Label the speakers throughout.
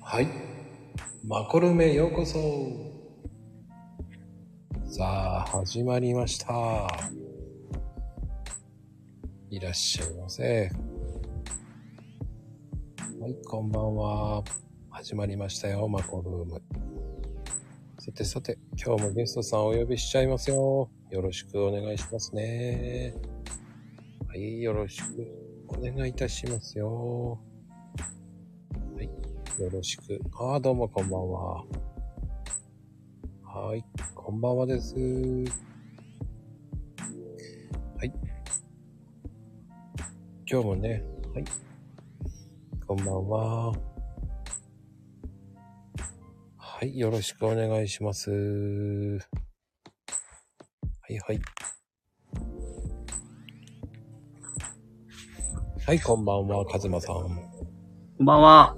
Speaker 1: はい。マコルメようこそ。さあ、始まりました。いらっしゃいませ。はい、こんばんは。始まりましたよ、マコルーム。さてさて、今日もゲストさんお呼びしちゃいますよ。よろしくお願いしますね。はい、よろしくお願いいたしますよ。はい、よろしく。ああ、どうもこんばんは。はい、こんばんはです。はい。今日もね、はい。こんばんは。はい、よろしくお願いします。はいはい。はい、こんばんは、かずまさん。
Speaker 2: こんばんは。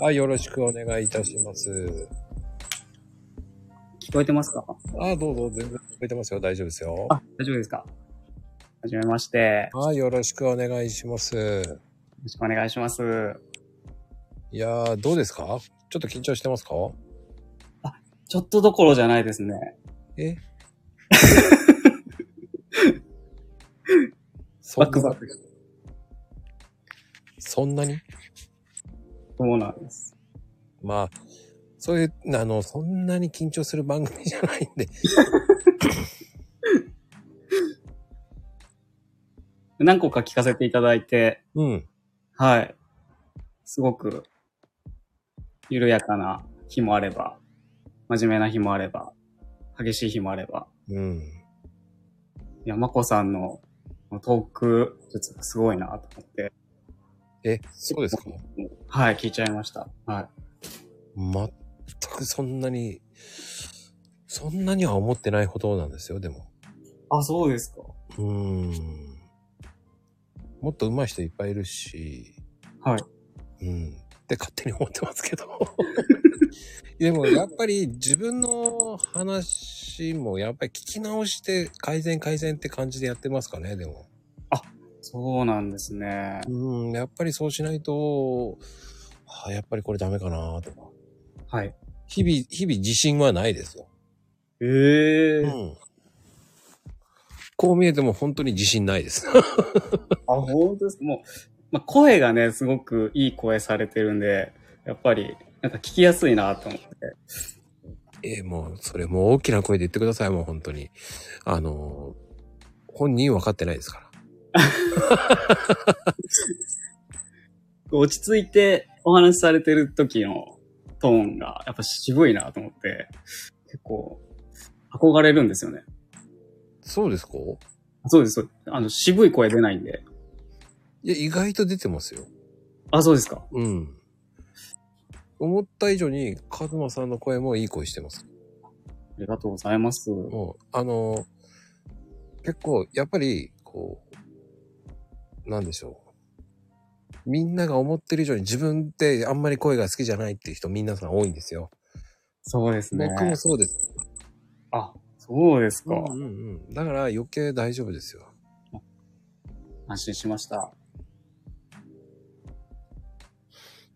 Speaker 1: あ、よろしくお願いいたします。
Speaker 2: 聞こえてますか
Speaker 1: あ、どうぞ、全然聞こえてますよ。大丈夫ですよ。
Speaker 2: あ、大丈夫ですかはじめまして。よ
Speaker 1: あ、よろしくお願いします。
Speaker 2: ろしくお願いします。
Speaker 1: いやー、どうですかちょっと緊張してますか
Speaker 2: ちょっとどころじゃないですね。
Speaker 1: えそ
Speaker 2: バ
Speaker 1: ん
Speaker 2: ックバ
Speaker 1: な
Speaker 2: ック。
Speaker 1: そんなに
Speaker 2: そうなんです。
Speaker 1: まあ、そういう、あの、そんなに緊張する番組じゃないんで。
Speaker 2: 何個か聞かせていただいて、
Speaker 1: うん。
Speaker 2: はい。すごく、緩やかな日もあれば、真面目な日もあれば、激しい日もあれば、
Speaker 1: うん。
Speaker 2: いや、まこさんのトーク術がすごいなと思って、
Speaker 1: え、そうですか
Speaker 2: はい、聞いちゃいました。はい。
Speaker 1: 全くそんなに、そんなには思ってないほどなんですよ、でも。
Speaker 2: あ、そうですか。
Speaker 1: うーん。もっと上手い人いっぱいいるし。
Speaker 2: はい。
Speaker 1: うん。って勝手に思ってますけ ど。でもやっぱり自分の話もやっぱり聞き直して改善改善って感じでやってますかね、でも。
Speaker 2: そうなんですね。
Speaker 1: うん、やっぱりそうしないと、あやっぱりこれダメかなとか。
Speaker 2: はい。
Speaker 1: 日々、日々自信はないですよ。
Speaker 2: ええ
Speaker 1: うん。こう見えても本当に自信ないです。
Speaker 2: あ、本当ですかもう、まあ、声がね、すごくいい声されてるんで、やっぱり、なんか聞きやすいなと思って。
Speaker 1: ええもう、それもう大きな声で言ってください、もう本当に。あのー、本人分かってないですから。
Speaker 2: 落ち着いてお話しされてる時のトーンが、やっぱ渋いなと思って、結構、憧れるんですよね。
Speaker 1: そうですか
Speaker 2: そうです、そうですあの、渋い声出ないんで。
Speaker 1: いや、意外と出てますよ。
Speaker 2: あ、そうですか。
Speaker 1: うん。思った以上に、カズマさんの声もいい声してます。
Speaker 2: ありがとうございます。
Speaker 1: もう、あのー、結構、やっぱり、こう、なんでしょう。みんなが思ってる以上に自分ってあんまり声が好きじゃないっていう人皆さん多いんですよ。
Speaker 2: そうですね。
Speaker 1: 僕もそうです。
Speaker 2: あ、そうです
Speaker 1: う
Speaker 2: か。
Speaker 1: んうんうん。だから余計大丈夫ですよ。
Speaker 2: 安心しました。
Speaker 1: だか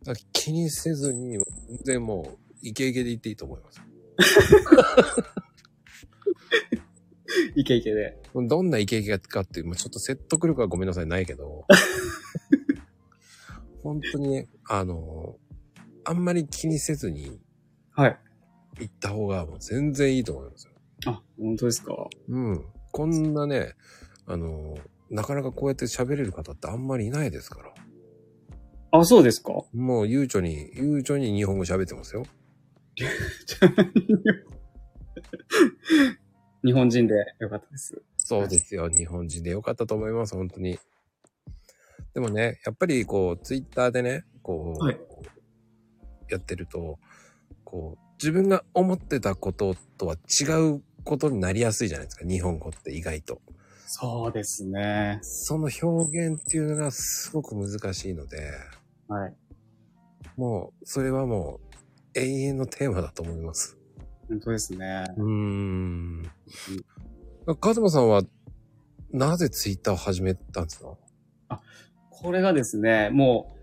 Speaker 1: ら気にせずに、全然もう、イケイケで言っていいと思います。
Speaker 2: イケイケで。
Speaker 1: どんなイケイケかっていう、まあ、ちょっと説得力はごめんなさい、ないけ ど。本当に、あの、あんまり気にせずに
Speaker 2: はい。
Speaker 1: 行った方がもう全然いいと思いますよ。
Speaker 2: あ、本当ですか。
Speaker 1: うん。こんなね、あの、なかなかこうやって喋れる方ってあんまりいないですから。
Speaker 2: あ、そうですか。
Speaker 1: もう悠長に、悠長に日本語喋ってますよ。
Speaker 2: 日本人でよかったです。
Speaker 1: そうですよ。日本人でよかったと思います、本当に。でもね、やっぱりこう、ツイッターでね、こう、
Speaker 2: はい
Speaker 1: やってると、こう、自分が思ってたこととは違うことになりやすいじゃないですか、日本語って意外と。
Speaker 2: そうですね。
Speaker 1: その表現っていうのがすごく難しいので、
Speaker 2: はい。
Speaker 1: もう、それはもう、永遠のテーマだと思います。
Speaker 2: 本当ですね。
Speaker 1: うーん。カズマさんは、なぜツイッターを始めたんですか
Speaker 2: これがですね、もう、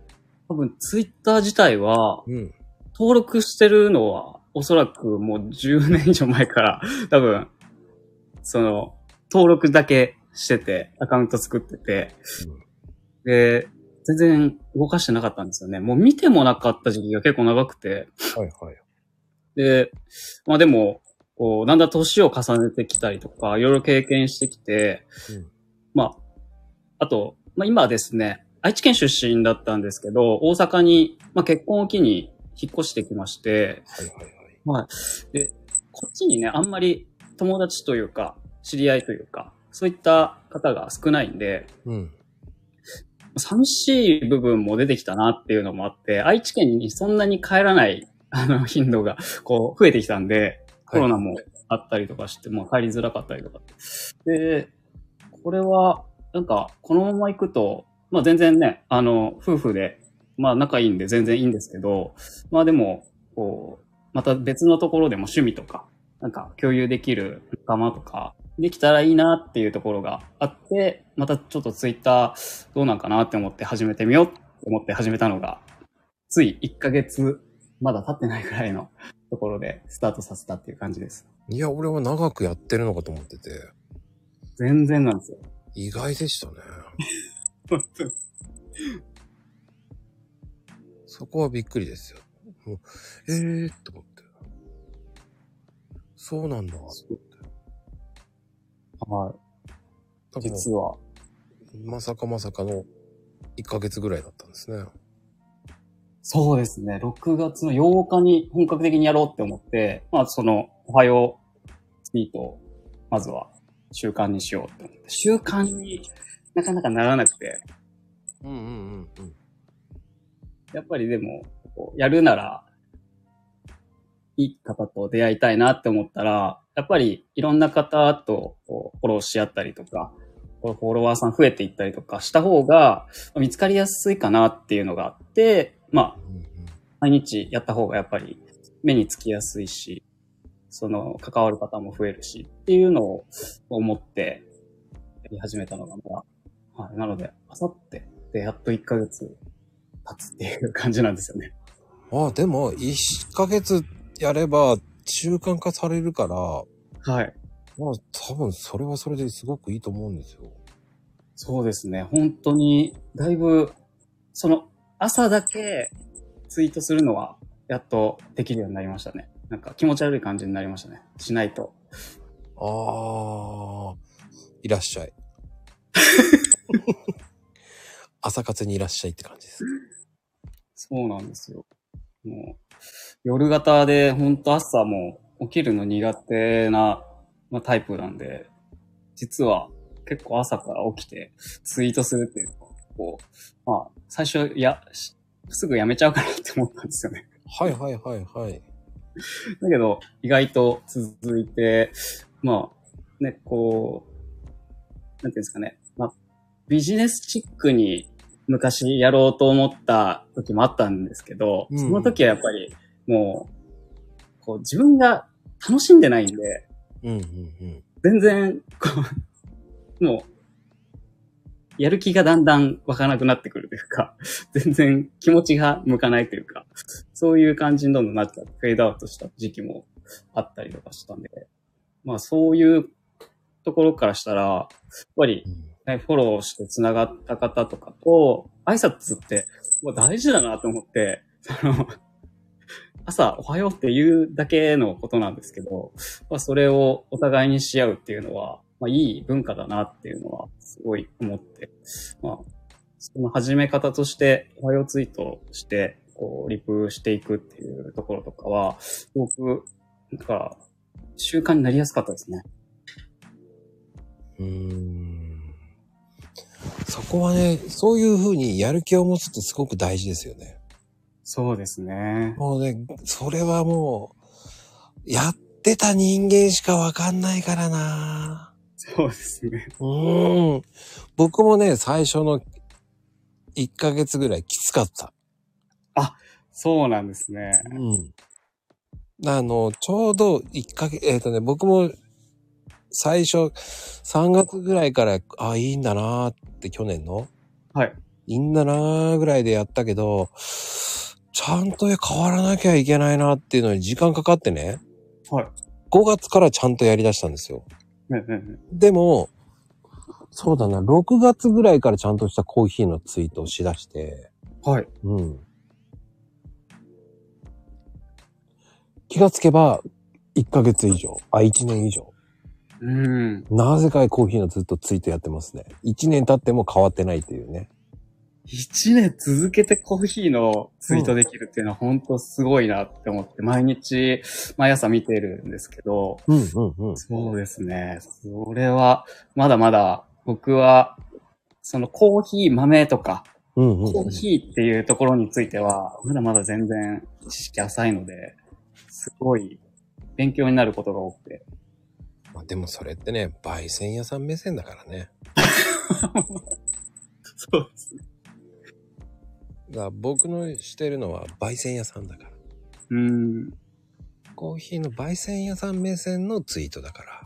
Speaker 2: 多分ツイッター自体は、
Speaker 1: うん。
Speaker 2: 登録してるのは、おそらくもう10年以上前から、多分、その、登録だけしてて、アカウント作ってて、で、全然動かしてなかったんですよね。もう見てもなかった時期が結構長くて、
Speaker 1: はいはい。
Speaker 2: で、まあでも、こう、だんだん年を重ねてきたりとか、いろいろ経験してきて、
Speaker 1: うん
Speaker 2: まあ、あと、まあ今はですね、愛知県出身だったんですけど、大阪に、まあ結婚を機に引っ越してきまして、
Speaker 1: はいはいはい。
Speaker 2: で、こっちにね、あんまり友達というか、知り合いというか、そういった方が少ないんで、
Speaker 1: うん。
Speaker 2: 寂しい部分も出てきたなっていうのもあって、愛知県にそんなに帰らない、あの、頻度が、こう、増えてきたんで、コロナもあったりとかして、まあ、帰りづらかったりとか。で、これは、なんか、このまま行くと、まあ、全然ね、あの、夫婦で、まあ、仲いいんで全然いいんですけど、まあ、でも、こう、また別のところでも趣味とか、なんか、共有できる仲間とか、できたらいいなっていうところがあって、またちょっとツイッターどうなんかなって思って始めてみようって思って始めたのが、つい1ヶ月、まだ経ってないくらいのところでスタートさせたっていう感じです。
Speaker 1: いや、俺は長くやってるのかと思ってて、
Speaker 2: 全然なんですよ。
Speaker 1: 意外で したね。そこはびっくりですよ。もうええー、と思って。そうなんだ。だ
Speaker 2: は
Speaker 1: から
Speaker 2: い。実は。
Speaker 1: まさかまさかの1ヶ月ぐらいだったんですね。
Speaker 2: そうですね。6月の8日に本格的にやろうって思って、まあその、おはようツイートを、まずは習慣にしようって思って。習慣になかなかならなくて、
Speaker 1: うんうんうんうん。
Speaker 2: やっぱりでも、こうやるなら、いい方と出会いたいなって思ったら、やっぱりいろんな方とこうフォローし合ったりとか、こうフォロワーさん増えていったりとかした方が見つかりやすいかなっていうのがあって、まあ、
Speaker 1: うんうん
Speaker 2: 毎日やった方がやっぱり目につきやすいし、その関わる方も増えるしっていうのを思ってやり始めたのがまだ、はい、なので、あさってでやっと1ヶ月経つっていう感じなんですよね。
Speaker 1: ああ、でも、1ヶ月やれば習慣化されるから、
Speaker 2: はい。
Speaker 1: まあ多分それはそれですごくいいと思うんですよ。
Speaker 2: そうですね。本当に、だいぶ、その朝だけツイートするのはやっとできるようになりましたね。なんか気持ち悪い感じになりましたね。しないと。
Speaker 1: ああ、いらっしゃい。 朝活にいらっしゃいって感じです。
Speaker 2: そうなんですよ。もう、夜型で、ほんと朝もう起きるの苦手な、まあ、タイプなんで、実は結構朝から起きてツイートするっていうのはこう、まあ、最初、や、しすぐやめちゃうかなって思ったんですよね。
Speaker 1: はいはいはいはい。
Speaker 2: だけど、意外と続いて、まあ、ね、こう、なんていうんですかね、まあ、ビジネスチックに昔やろうと思った時もあったんですけど、
Speaker 1: うん
Speaker 2: その時はやっぱり、もう、こう自分が楽しんでないんで、
Speaker 1: うんうん
Speaker 2: 全然、こう、もう、やる気がだんだん湧かなくなってくるというか、 全然気持ちが向かないというか、そういう感じにどんどんなっちゃって、フェードアウトした時期もあったりとかしたんで、まあそういうところからしたら、やっぱり
Speaker 1: う、ん。
Speaker 2: ね、フォローして繋がった方とかと、挨拶って、もう大事だなと思って、 その、朝おはようっていうだけのことなんですけど、まあそれをお互いにし合うっていうのは、まあいい文化だなっていうのはすごい思って、まあ、その始め方としておはようツイートをして、こう、リプしていくっていうところとかは、すごく、なんか、習慣になりやすかったですね。
Speaker 1: うーん。そこはね、そういうふうにやる気を持つってすごく大事ですよね。
Speaker 2: そうですね。
Speaker 1: もうね、それはもう、やってた人間しかわかんないからな
Speaker 2: そうですね。
Speaker 1: うーん。僕もね、最初の1ヶ月ぐらいきつかった。
Speaker 2: そうなんですね。
Speaker 1: うん。あの、ちょうど1ヶ月、えっ、とね、僕も最初3月ぐらいから、あ、いいんだなーって去年の
Speaker 2: はい。
Speaker 1: いいんだなーぐらいでやったけど、ちゃんと変わらなきゃいけないなっていうのに時間かかってね、
Speaker 2: はい。
Speaker 1: 5月からちゃんとやり出したんですよ。
Speaker 2: ねねね
Speaker 1: でも、そうだな、6月ぐらいからちゃんとしたコーヒーのツイートをしだして、
Speaker 2: はい。
Speaker 1: うん。気がつけば、1ヶ月以上、あ、1年以上。
Speaker 2: うん。
Speaker 1: なぜかコーヒーのずっとツイートやってますね。1年経っても変わってないっていうね。
Speaker 2: 一年続けてコーヒーのツイートできるっていうのは本当すごいなって思って、毎日、毎朝見てるんですけど、
Speaker 1: うんうんうん。
Speaker 2: そうですね。それは、まだまだ僕は、そのコーヒー豆とか、
Speaker 1: うんうん、
Speaker 2: コ
Speaker 1: う
Speaker 2: ー
Speaker 1: ん。
Speaker 2: ヒーっていうところについては、まだまだ全然知識浅いので、すごい勉強になることが多くて。
Speaker 1: まあでもそれってね、焙煎屋さん目線だからね。
Speaker 2: そうですね。
Speaker 1: だから僕のしてるのは焙煎屋さんだから。
Speaker 2: うん。
Speaker 1: コーヒーの焙煎屋さん目線のツイートだから。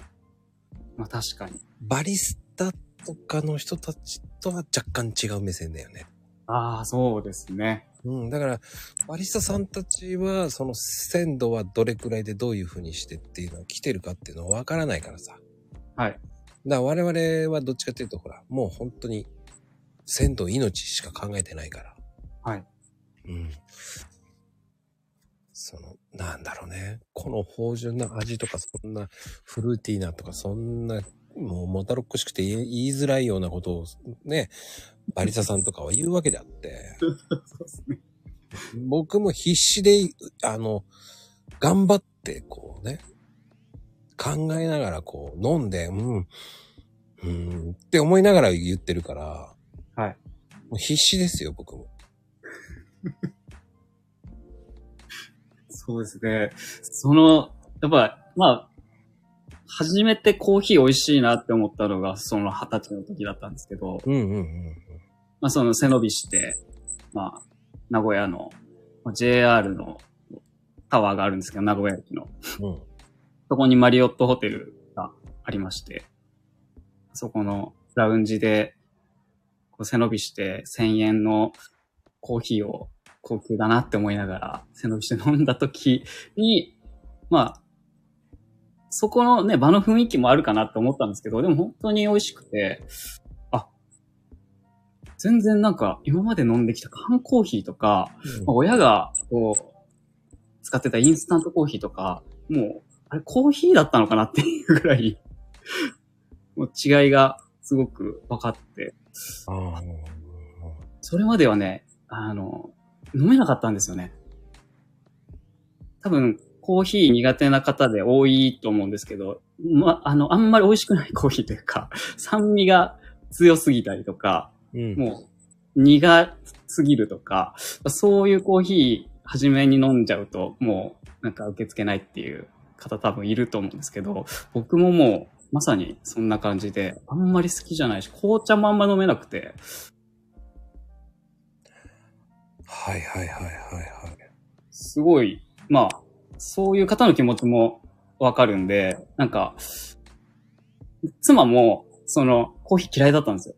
Speaker 2: まあ確かに。
Speaker 1: バリスタとかの人たちとは若干違う目線だよね。
Speaker 2: ああ、そうですね。
Speaker 1: うん、だから、バリスタさんたちは、その鮮度はどれくらいでどういう風にしてっていうのは来てるかっていうのはわからないからさ。
Speaker 2: はい。
Speaker 1: だから我々はどっちかっていうと、ほら、もう本当に、鮮度命しか考えてないから。
Speaker 2: はい。
Speaker 1: うん。その、なんだろうね。この芳醇な味とか、そんなフルーティーなとか、そんな、もうもたろっこしくて言い言いづらいようなことをね、バリサさんとかは言うわけであって、
Speaker 2: そうですね。
Speaker 1: 僕も必死で、あの、頑張って、こうね、考えながらこう飲んで、うん、うん、って思いながら言ってるから、
Speaker 2: はい。
Speaker 1: もう必死ですよ、僕も。
Speaker 2: そうですね。その、やっぱ、まあ、初めてコーヒー美味しいなって思ったのが、その二十歳の時だったんですけど、
Speaker 1: うんうんうん。
Speaker 2: まあその背伸びして、まあ、名古屋の、まあ JR のタワーがあるんですけど、名古屋駅の。
Speaker 1: うん。
Speaker 2: そこにマリオットホテルがありまして、そこのラウンジで、こう背伸びして1000円のコーヒーを高級だなって思いながら背伸びして飲んだ時に、まあ、そこのね、場の雰囲気もあるかなって思ったんですけど、でも本当に美味しくて、あ、全然なんか今まで飲んできた缶コーヒーとか、まあ親が、こう、使ってたインスタントコーヒーとか、もう、あれコーヒーだったのかなっていうぐらい、もう違いがすごく分かって、
Speaker 1: ああ。
Speaker 2: それまではね、あの、飲めなかったんですよね。多分、コーヒー苦手な方で多いと思うんですけど、ま、あの、あんまり美味しくないコーヒーというか、酸味が強すぎたりとか、
Speaker 1: うん。
Speaker 2: もう、苦すぎるとか、そういうコーヒー、初めに飲んじゃうと、もう、なんか受け付けないっていう方多分いると思うんですけど、僕ももう、まさにそんな感じで、あんまり好きじゃないし、紅茶もあんま飲めなくて、
Speaker 1: はいはいはいはいはい。
Speaker 2: すごい、まあ、そういう方の気持ちもわかるんで、なんか、妻も、その、コーヒー嫌いだったんですよ。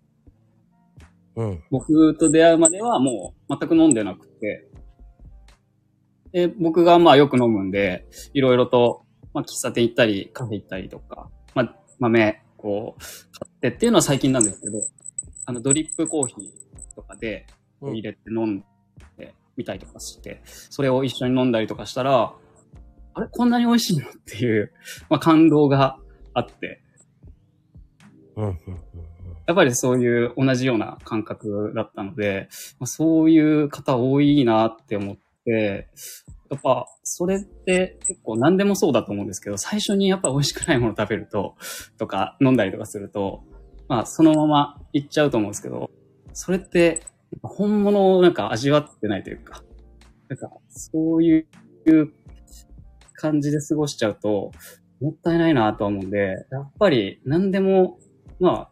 Speaker 1: うん。
Speaker 2: 僕と出会うまではもう全く飲んでなくて、で、僕がまあよく飲むんで、いろいろと、まあ喫茶店行ったり、カフェ行ったりとか、まあ豆、こう、買ってっていうのは最近なんですけど、あのドリップコーヒーとかでこう入れて飲んでみたりとかして、それを一緒に飲んだりとかしたら、あれこんなに美味しいのっていう、まあ感動があって、
Speaker 1: うんうん
Speaker 2: やっぱりそういう同じような感覚だったので、まあ、そういう方多いなって思って、やっぱそれって結構何でもそうだと思うんですけど、最初にやっぱ美味しくないもの食べると、とか飲んだりとかすると、まあそのままいっちゃうと思うんですけど、それって本物をなんか味わってないというか、なんかそういう感じで過ごしちゃうと、もったいないなとは思うんで、やっぱり何でもまあ、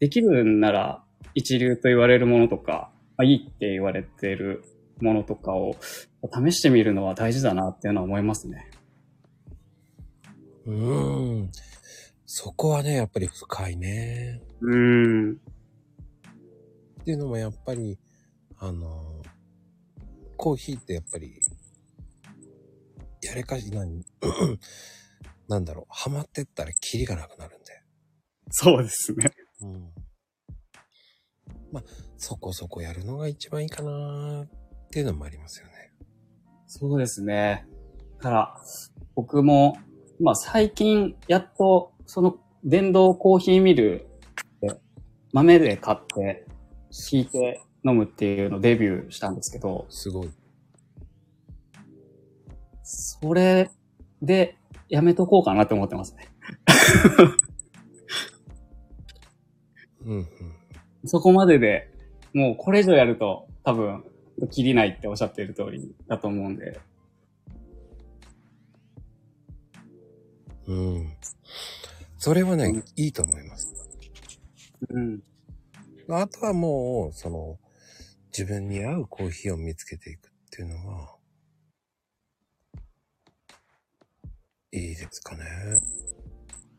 Speaker 2: できるんなら一流と言われるものとか、まあ、いいって言われてるものとかを試してみるのは大事だなっていうのは思いますね。
Speaker 1: うんうん。うーん。そこはね、やっぱり深いね。
Speaker 2: うーん。
Speaker 1: っていうのもやっぱり、あの、コーヒーってやっぱり、やれかし、何 なんだろう、ハマってったらキリがなくなるんで。
Speaker 2: そうですね。
Speaker 1: うん。まあ、そこそこやるのが一番いいかなーっていうのもありますよね。
Speaker 2: そうですね。だから、僕も、まあ最近、やっと、その、電動コーヒーミルで、豆で買って、引いて飲むっていうのをデビューしたんですけど、
Speaker 1: すごい。
Speaker 2: それで、やめとこうかなって思ってますね。
Speaker 1: うんうん。
Speaker 2: そこまでで、もうこれ以上やると、多分、切りないっておっしゃっている通りだと思うんで、
Speaker 1: うん。それはね、
Speaker 2: うん
Speaker 1: いいと思います。
Speaker 2: うん。
Speaker 1: あとはもう、その、自分に合うコーヒーを見つけていくっていうのは、いいですかね。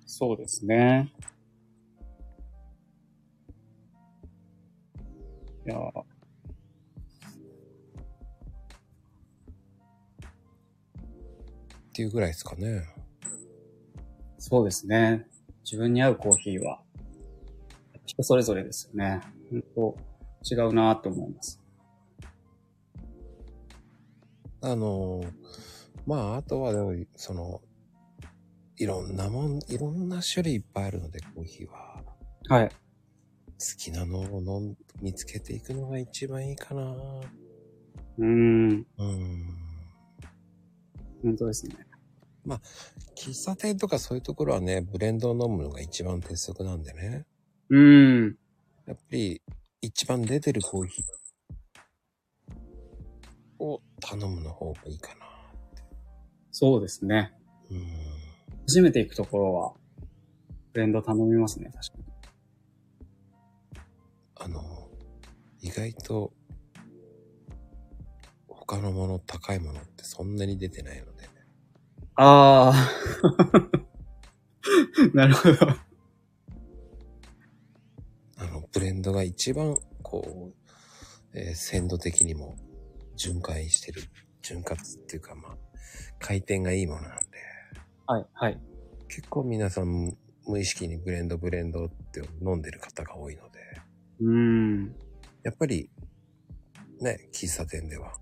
Speaker 2: そうですね。いやー、
Speaker 1: っていうぐらいですかね。
Speaker 2: そうですね。自分に合うコーヒーは、人それぞれですよね。本当違うなと思います。
Speaker 1: あのー、まあ、あとはでも、その、いろんなもん、いろんな種類いっぱいあるので、コーヒーは。
Speaker 2: はい。
Speaker 1: 好きなのを飲ん見つけていくのが一番いいかな。
Speaker 2: うーん、
Speaker 1: うん。
Speaker 2: 本当ですね。
Speaker 1: 喫茶店とかそういうところはね、ブレンドを飲むのが一番鉄則なんでね。
Speaker 2: うーん、
Speaker 1: やっぱり一番出てるコーヒーを頼むの方がいいかな。
Speaker 2: そうですね。
Speaker 1: うん。
Speaker 2: 初めて行くところは、ブレンド頼みますね、確かに。
Speaker 1: あの、意外と他のもの高いものってそんなに出てないので。
Speaker 2: あー。 なるほど。
Speaker 1: あの、ブレンドが一番こう、えー鮮度的にも循環してる。潤滑っていうかまあ、回転がいいものなんで。
Speaker 2: はい、はい。
Speaker 1: 結構皆さん無意識にブレンドブレンドって飲んでる方が多いので。
Speaker 2: うーん。
Speaker 1: やっぱり、ね、喫茶店では、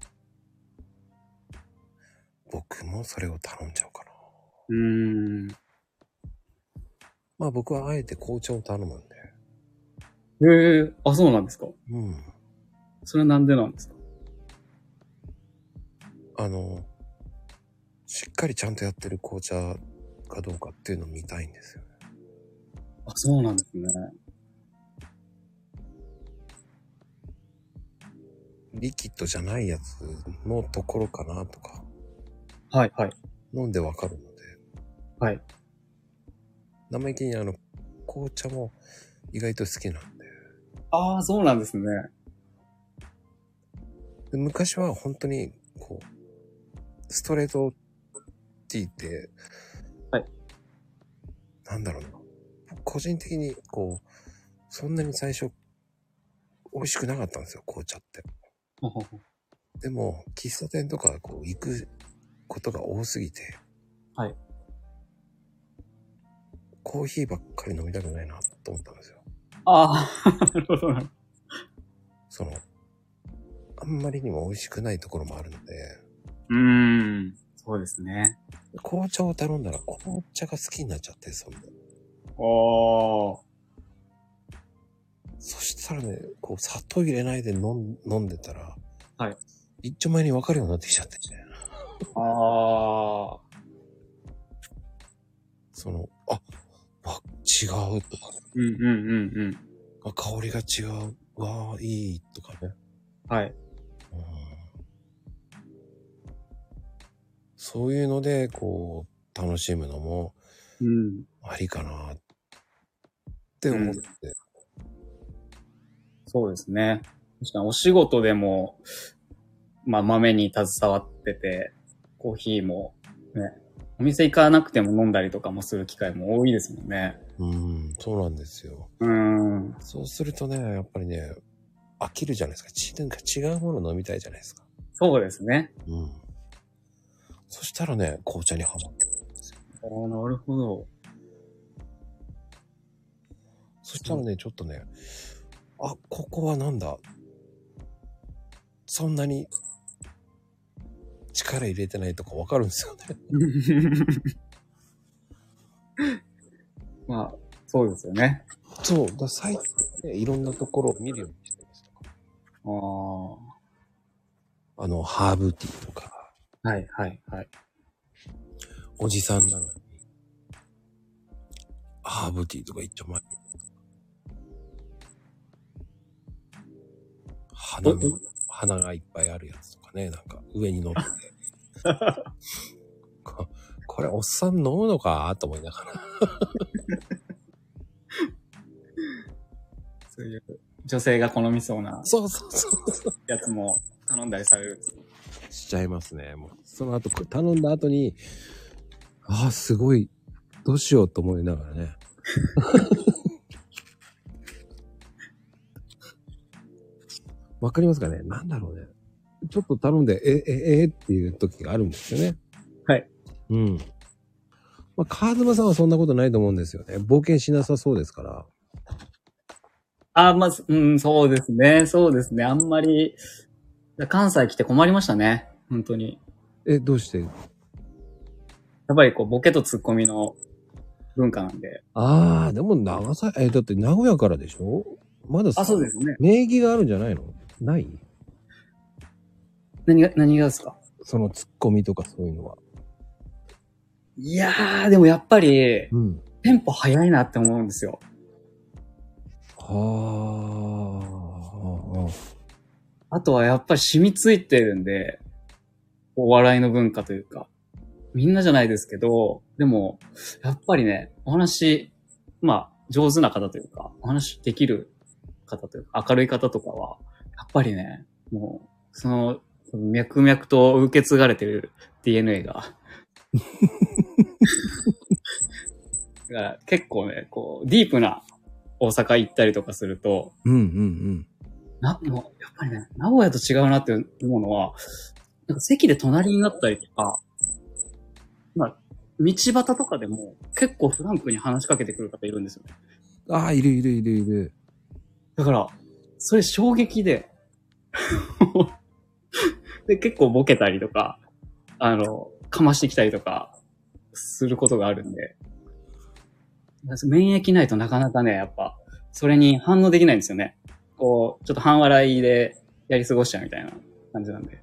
Speaker 1: 僕もそれを頼んじゃうかな。
Speaker 2: うーん。
Speaker 1: まあ僕はあえて紅茶を頼むんで。
Speaker 2: ええあ、そうなんですか
Speaker 1: うん。
Speaker 2: それはなんでなんですか
Speaker 1: あの、しっかりちゃんとやってる紅茶かどうかっていうのを見たいんですよね。
Speaker 2: あ、そうなんですね。
Speaker 1: リキッドじゃないやつのところかなとか、
Speaker 2: はい、はい。
Speaker 1: 飲んでわかるので。
Speaker 2: はい。
Speaker 1: 生意気にあの、紅茶も意外と好きなんで。
Speaker 2: ああ、そうなんですね。
Speaker 1: で昔は本当に、こう、ストレートティーって、
Speaker 2: はい。
Speaker 1: なんだろうな。個人的に、こう、そんなに最初、美味しくなかったんですよ、紅茶って。
Speaker 2: ほほほ
Speaker 1: でも、喫茶店とか、こう、行くことが多すぎて、
Speaker 2: はい。
Speaker 1: コーヒーばっかり飲みたくないな、と思ったんですよ。
Speaker 2: ああ、なるほどな。
Speaker 1: その、あんまりにも美味しくないところもあるので、
Speaker 2: うーん。そうですね。
Speaker 1: 紅茶を頼んだら紅茶が好きになっちゃって、そんな。
Speaker 2: おー。
Speaker 1: そしたらね、こう、砂糖入れないで飲ん飲んでたら、
Speaker 2: はい。
Speaker 1: 一丁前に分かるようになってきちゃってね。
Speaker 2: ああ。
Speaker 1: その、あ、わ、違うとかね。
Speaker 2: うんうんうんうん。
Speaker 1: あ、香りが違う。わあ、いいとかね。
Speaker 2: はい。
Speaker 1: うんそういうので、こう、楽しむのも
Speaker 2: うん。
Speaker 1: ありかなって思って。
Speaker 2: そうですね。確かにお仕事でも、まあ豆に携わってて、コーヒーも、ね、お店行かなくても飲んだりとかもする機会も多いですもんね。
Speaker 1: うん、そうなんですよ。
Speaker 2: うーん。
Speaker 1: そうするとね、やっぱりね、飽きるじゃないですか。ちなんか違うもの飲みたいじゃないですか。
Speaker 2: そうですね。
Speaker 1: うん。そしたらね、紅茶にハマって。
Speaker 2: ああ、なるほど。
Speaker 1: そしたらね、ちょっとね、あ、ここはなんだそんなに力入れてないとかわかるんですよね。
Speaker 2: まあ、そうですよね。
Speaker 1: そう、だから最近ね、いろんなところを見るようにしてますとか。
Speaker 2: ああ。は
Speaker 1: あの、ハーブティーとか、
Speaker 2: い、はい、はい。
Speaker 1: おじさんなのに、ハーブティーとか一丁前に。花の
Speaker 2: お、
Speaker 1: 花がいっぱいあるやつとかね、なんか上に乗って。 ここれ、おっさん飲むのかと思いながら。
Speaker 2: そういう、女性が好みそうな
Speaker 1: そうそうそうそう。
Speaker 2: やつも頼んだりされるんですね
Speaker 1: しちゃいますね。もう、その後、これ頼んだ後に、ああ、すごい、どうしようと思いながら ね。わかりますかねなんだろうね。ちょっと頼んで、え、え、ええっていう時があるんですよね。
Speaker 2: はい。
Speaker 1: うん。まあ、川妻さんはそんなことないと思うんですよね。冒険しなさそうですから。
Speaker 2: あ、まあ、す うん、そうですね。そうですね。あんまり、関西来て困りましたね。本当に。
Speaker 1: え、どうして
Speaker 2: やっぱりこう、ボケとツッコミの文化なんで。
Speaker 1: ああ、でも長さ、え、だって名古屋からでしょまださ
Speaker 2: あ、そうですね。
Speaker 1: 名義があるんじゃないのない
Speaker 2: 何が、何がですか
Speaker 1: そのツッコミとかそういうのは。
Speaker 2: いやー、でもやっぱり、
Speaker 1: うん。
Speaker 2: テンポ早いなって思うんですよ。
Speaker 1: は
Speaker 2: あとはやっぱり染みついてるんで、お笑いの文化というか、みんなじゃないですけど、でも、やっぱりね、お話、まあ、上手な方というか、お話できる方というか、明るい方とかは、やっぱりね、もう、その、脈々と受け継がれてる DNA が。 だから結構ね、こう、ディープな大阪行ったりとかすると、
Speaker 1: あ。うんうんうん。
Speaker 2: な、もう、やっぱりね、名古屋と違うなって思うのは、なんか席で隣になったりとか、まあ、道端とかでも結構フランクに話しかけてくる方いるんですよね。
Speaker 1: ああ、いるいるいるいる。
Speaker 2: だから、それ衝撃 で、で、結構ボケたりとか、あの、かましてきたりとか、することがあるんで、免疫ないとなかなかね、やっぱ、それに反応できないんですよね。こう、ちょっと半笑いでやり過ごしちゃうみたいな感じなんで。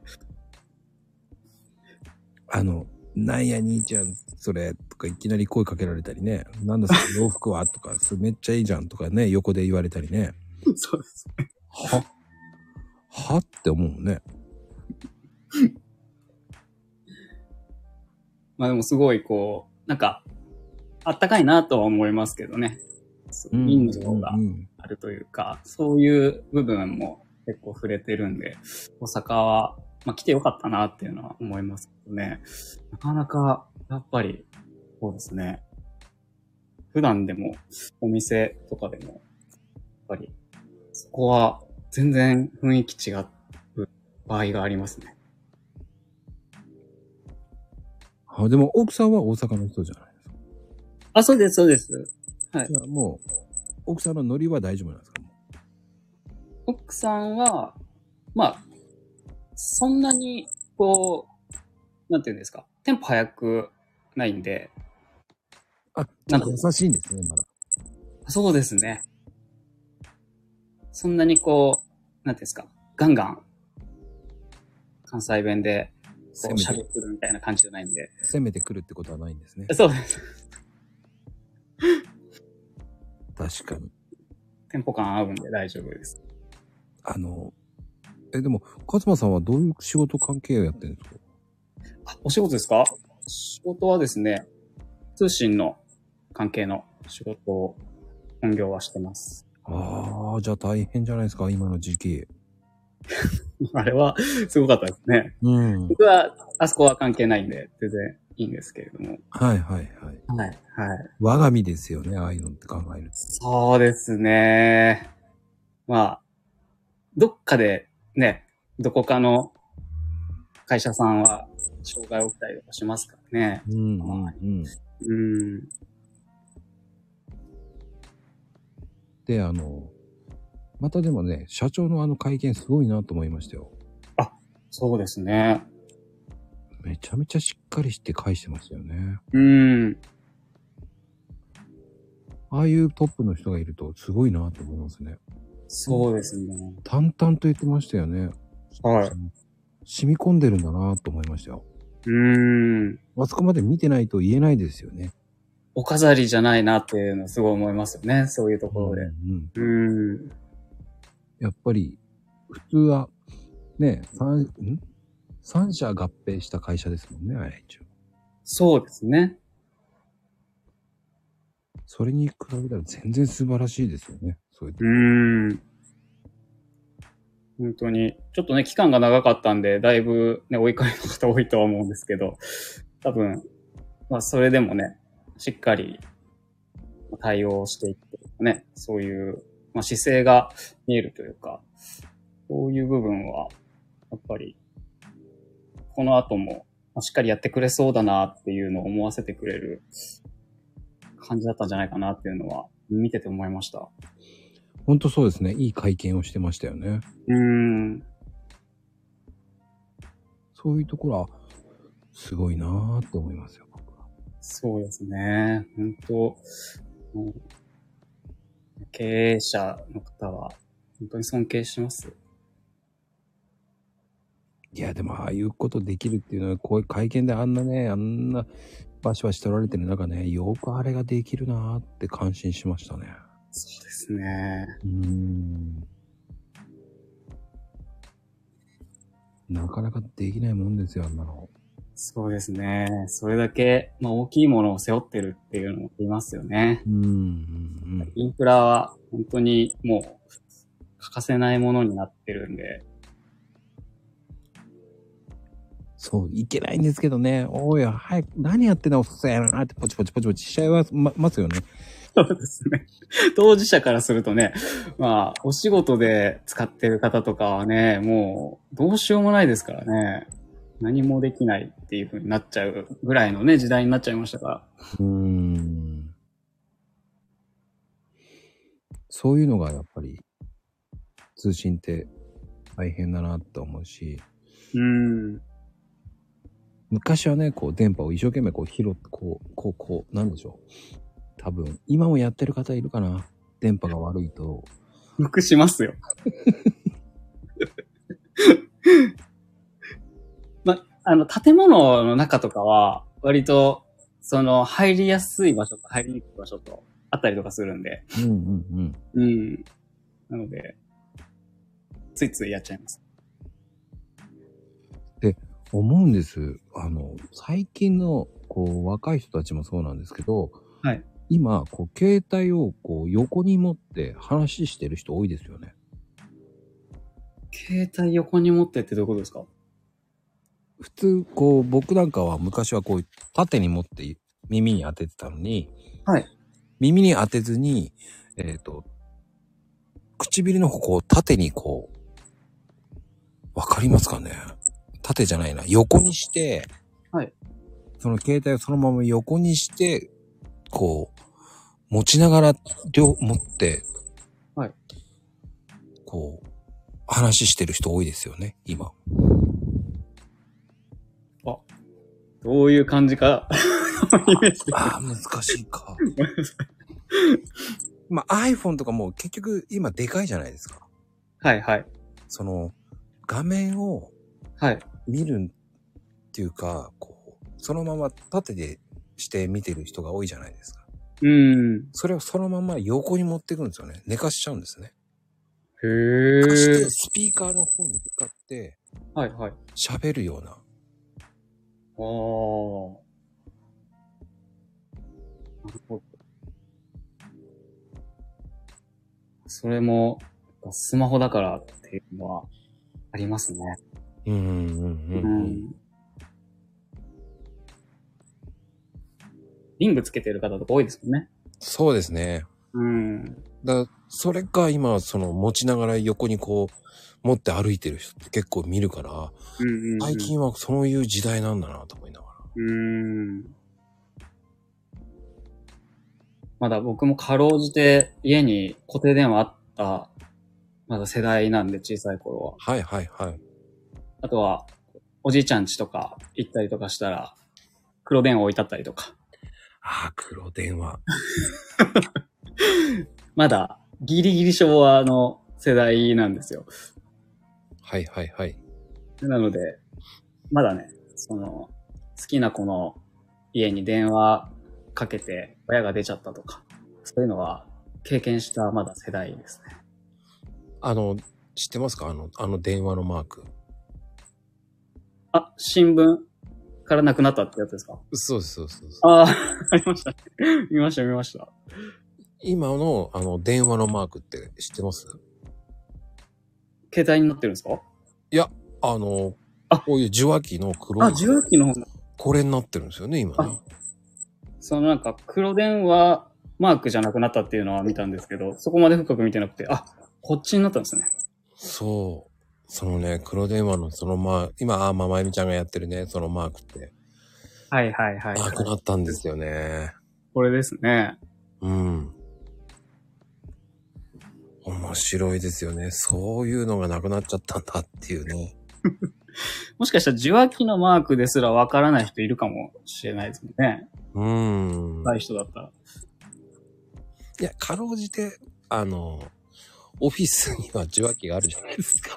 Speaker 1: あの、なんや兄ちゃん、それ、とかいきなり声かけられたりね。なんだその洋服はとか、それめっちゃいいじゃんとかね、横で言われたりね。
Speaker 2: そうです。
Speaker 1: ははって思うもんね。
Speaker 2: まあでもすごいこう、なんか、あったかいなとは思いますけどね。人情が
Speaker 1: うんうん
Speaker 2: あるというか、そういう部分も結構触れてるんで、大阪は、まあ来てよかったなっていうのは思いますけどね。なかなか、やっぱり、そうですね。普段でも、お店とかでも、やっぱり、そこは全然雰囲気違う場合がありますね。
Speaker 1: あでも奥さんは大阪の人じゃないですか。
Speaker 2: あ、そうです、そうです。
Speaker 1: じゃあもう、奥さんのノリは大丈夫なんですか
Speaker 2: 奥さんは、まあ、そんなに、こう、なんていうんですか、テンポ早くないんで、
Speaker 1: あ、
Speaker 2: なんか
Speaker 1: 優しいんですね、まだ。
Speaker 2: そうですね。そんなにこう、なんていうんですか、ガンガン、関西弁で、こ
Speaker 1: 攻
Speaker 2: う、
Speaker 1: め
Speaker 2: 喋ってるみたいな感じじゃないんで。
Speaker 1: 攻めてくるってことはないんですね。
Speaker 2: そうです。
Speaker 1: 確かに。
Speaker 2: テンポ感合うんで大丈夫です。
Speaker 1: あの、え、でも、勝間さんはどういう仕事関係をやってるんですか
Speaker 2: あ、お仕事ですか仕事はですね、通信の関係の仕事を、本業はしてます。
Speaker 1: ああ、じゃあ大変じゃないですか、今の時期。
Speaker 2: あれは、すごかったですね。
Speaker 1: うん。
Speaker 2: 僕は、あそこは関係ないんで、全然いいんですけれども。
Speaker 1: はいはいはい。
Speaker 2: はい。はい。
Speaker 1: 我が身ですよね、ああいうのって考える
Speaker 2: そうですね。まあ、どっかで、ね、どこかの会社さんは障害起きたりとかしますからね。
Speaker 1: うんうんうん。
Speaker 2: うん。
Speaker 1: で、あの、またでもね、社長のあの会見すごいなと思いましたよ。
Speaker 2: そうですね。
Speaker 1: めちゃめちゃしっかりして返してましたよね。
Speaker 2: うん。
Speaker 1: ああいうトップの人がいるとすごいなと思いますね。
Speaker 2: そうですね。
Speaker 1: 淡々と言ってましたよね。
Speaker 2: はい。
Speaker 1: 染み込んでるんだなと思いましたよ。
Speaker 2: うん。
Speaker 1: あそこまで見てないと言えないですよね。
Speaker 2: お飾りじゃないなっていうのすごい思いますよね。そういうところ
Speaker 1: う
Speaker 2: で。
Speaker 1: ん。
Speaker 2: うん。
Speaker 1: やっぱり、普通は、ね、三、ん三社合併した会社ですもんね、あれ一応。
Speaker 2: そうですね。
Speaker 1: それに比べたら全然素晴らしいですよね。そういう
Speaker 2: うーん。本当に、ちょっとね、期間が長かったんで、だいぶね、お怒りの方多いとは思うんですけど、多分、まあ、それでもね、しっかり対応していって、ね、そういう、まあ、姿勢が見えるというか、そういう部分は、やっぱり、この後も、まあしっかりやってくれそうだなっていうのを思わせてくれる感じだったんじゃないかなっていうのは、見てて思いました。
Speaker 1: 本当そうですね。いい会見をしてましたよね。
Speaker 2: うーん。
Speaker 1: そういうところは、すごいなーって思いますよ、僕は。
Speaker 2: そうですね。本当もう経営者の方は、本当に尊敬します。
Speaker 1: いや、でも、ああいうことできるっていうのは、こういう会見であんなね、あんな、バシバシ取られてる中ね、よくあれができるなーって感心しましたね。
Speaker 2: そうですね。
Speaker 1: うーん。なかなかできないもんですよ、あんなの。
Speaker 2: そうですね。それだけ、まあ、大きいものを背負ってるっていうのもいますよね。
Speaker 1: うん、うん、うん。
Speaker 2: インフラは本当にもう欠かせないものになってるんで。
Speaker 1: そう、いけないんですけどね。おい、早く、何やってんの遅いなーって、ポチポチポチポチしちゃいます、ま、ますよね。
Speaker 2: そうですね。当事者からするとね、まあ、お仕事で使ってる方とかはね、もう、どうしようもないですからね。何もできないっていう風になっちゃうぐらいのね、時代になっちゃいましたから。
Speaker 1: うーんそういうのがやっぱり通信って大変だなって思うし、
Speaker 2: うん。
Speaker 1: 昔はね、こう電波を一生懸命こう拾って、こう、こう、こう、なんでしょう。多分、今もやってる方いるかな。電波が悪いと。
Speaker 2: 服しますよ。 ま、あの、建物の中とかは、割と、その、入りやすい場所と入りにくい場所と、あったりとかするんで。
Speaker 1: うんうんうん。
Speaker 2: うん。なので、ついついやっちゃいます。
Speaker 1: 思うんです。あの、最近の、こう、若い人たちもそうなんですけど、
Speaker 2: はい
Speaker 1: 今、こう、携帯を、こう、横に持って話してる人多いですよね。
Speaker 2: 携帯横に持ってってどういうことですか
Speaker 1: 普通こう僕なんかは昔はこう縦に持って耳に当ててたのに、
Speaker 2: はい
Speaker 1: 耳に当てずに、えっ、と、唇のここを縦にこう、わかりますかね縦じゃないな。横にして、
Speaker 2: はい
Speaker 1: その携帯をそのまま横にして、こう、持ちながら、両、持って、
Speaker 2: はい
Speaker 1: こう、話してる人多いですよね、今。
Speaker 2: どういう感じか、 イメージで
Speaker 1: ああ、難しい か。まあ iPhone とかも結局今でかいじゃないですか。
Speaker 2: はいはい。
Speaker 1: その画面を
Speaker 2: はい。
Speaker 1: 見るっていうか、こう、そのまま縦でして見てる人が多いじゃないですか。
Speaker 2: うん。
Speaker 1: それをそのまま横に持ってくんですよね。寝かしちゃうんですね。
Speaker 2: へ
Speaker 1: 寝かし
Speaker 2: ー
Speaker 1: て。スピーカーの方に向かって
Speaker 2: はいはい。あ
Speaker 1: 喋るような。
Speaker 2: あー。なるほど。それも、スマホだからっていうのは、ありますね。
Speaker 1: うんうん
Speaker 2: う。ん。リングつけてる方とか多いですもんね。
Speaker 1: そうですね。
Speaker 2: うん。
Speaker 1: だそれか今、その持ちながら横にこう、持って歩いてる人って結構見るから、
Speaker 2: うんうんうん
Speaker 1: 最近はそういう時代なんだなと思いながら。
Speaker 2: うーんまだ僕もかろうじて家に固定電話あった、まだ世代なんで小さい頃は。
Speaker 1: はいはいはい。
Speaker 2: あとは、おじいちゃん家とか行ったりとかしたら、黒電話置いてあったりとか。
Speaker 1: ああ、黒電話。
Speaker 2: まだギリギリ昭和の世代なんですよ。
Speaker 1: はいはいはい。
Speaker 2: なので、まだね、その、好きな子の家に電話かけて親が出ちゃったとか、そういうのは経験したまだ世代ですね。
Speaker 1: あの、知ってますかあの、あの電話のマーク。
Speaker 2: あ、新聞からなくなったってやつですか
Speaker 1: そうですそうですそうです。
Speaker 2: ああ、ありましたね。見ました、見ました。
Speaker 1: 今の、あの、電話のマークって知ってます
Speaker 2: 携帯になってるんですか
Speaker 1: あの、
Speaker 2: あ
Speaker 1: こういう受話器の黒い。
Speaker 2: あ、受話器の方
Speaker 1: これになってるんですよね、今ね。
Speaker 2: そのなんか黒電話マークじゃなくなったっていうのは見たんですけど、そこまで深く見てなくて、あ、こっちになったんですね。
Speaker 1: そう。そのね、黒電話のそのマーク、今、あー、まあ、まゆみちゃんがやってるね、そのマークって、
Speaker 2: はいはいはい。
Speaker 1: なくなったんですよね。
Speaker 2: これですね。
Speaker 1: うん。面白いですよね。そういうのがなくなっちゃったんだっていうね。
Speaker 2: もしかしたら受話器のマークですらわからない人いるかもしれないですもんね。
Speaker 1: うん。
Speaker 2: 若い人だったら。
Speaker 1: いや、かろうじて、あの、オフィスには受話器があるじゃないですか。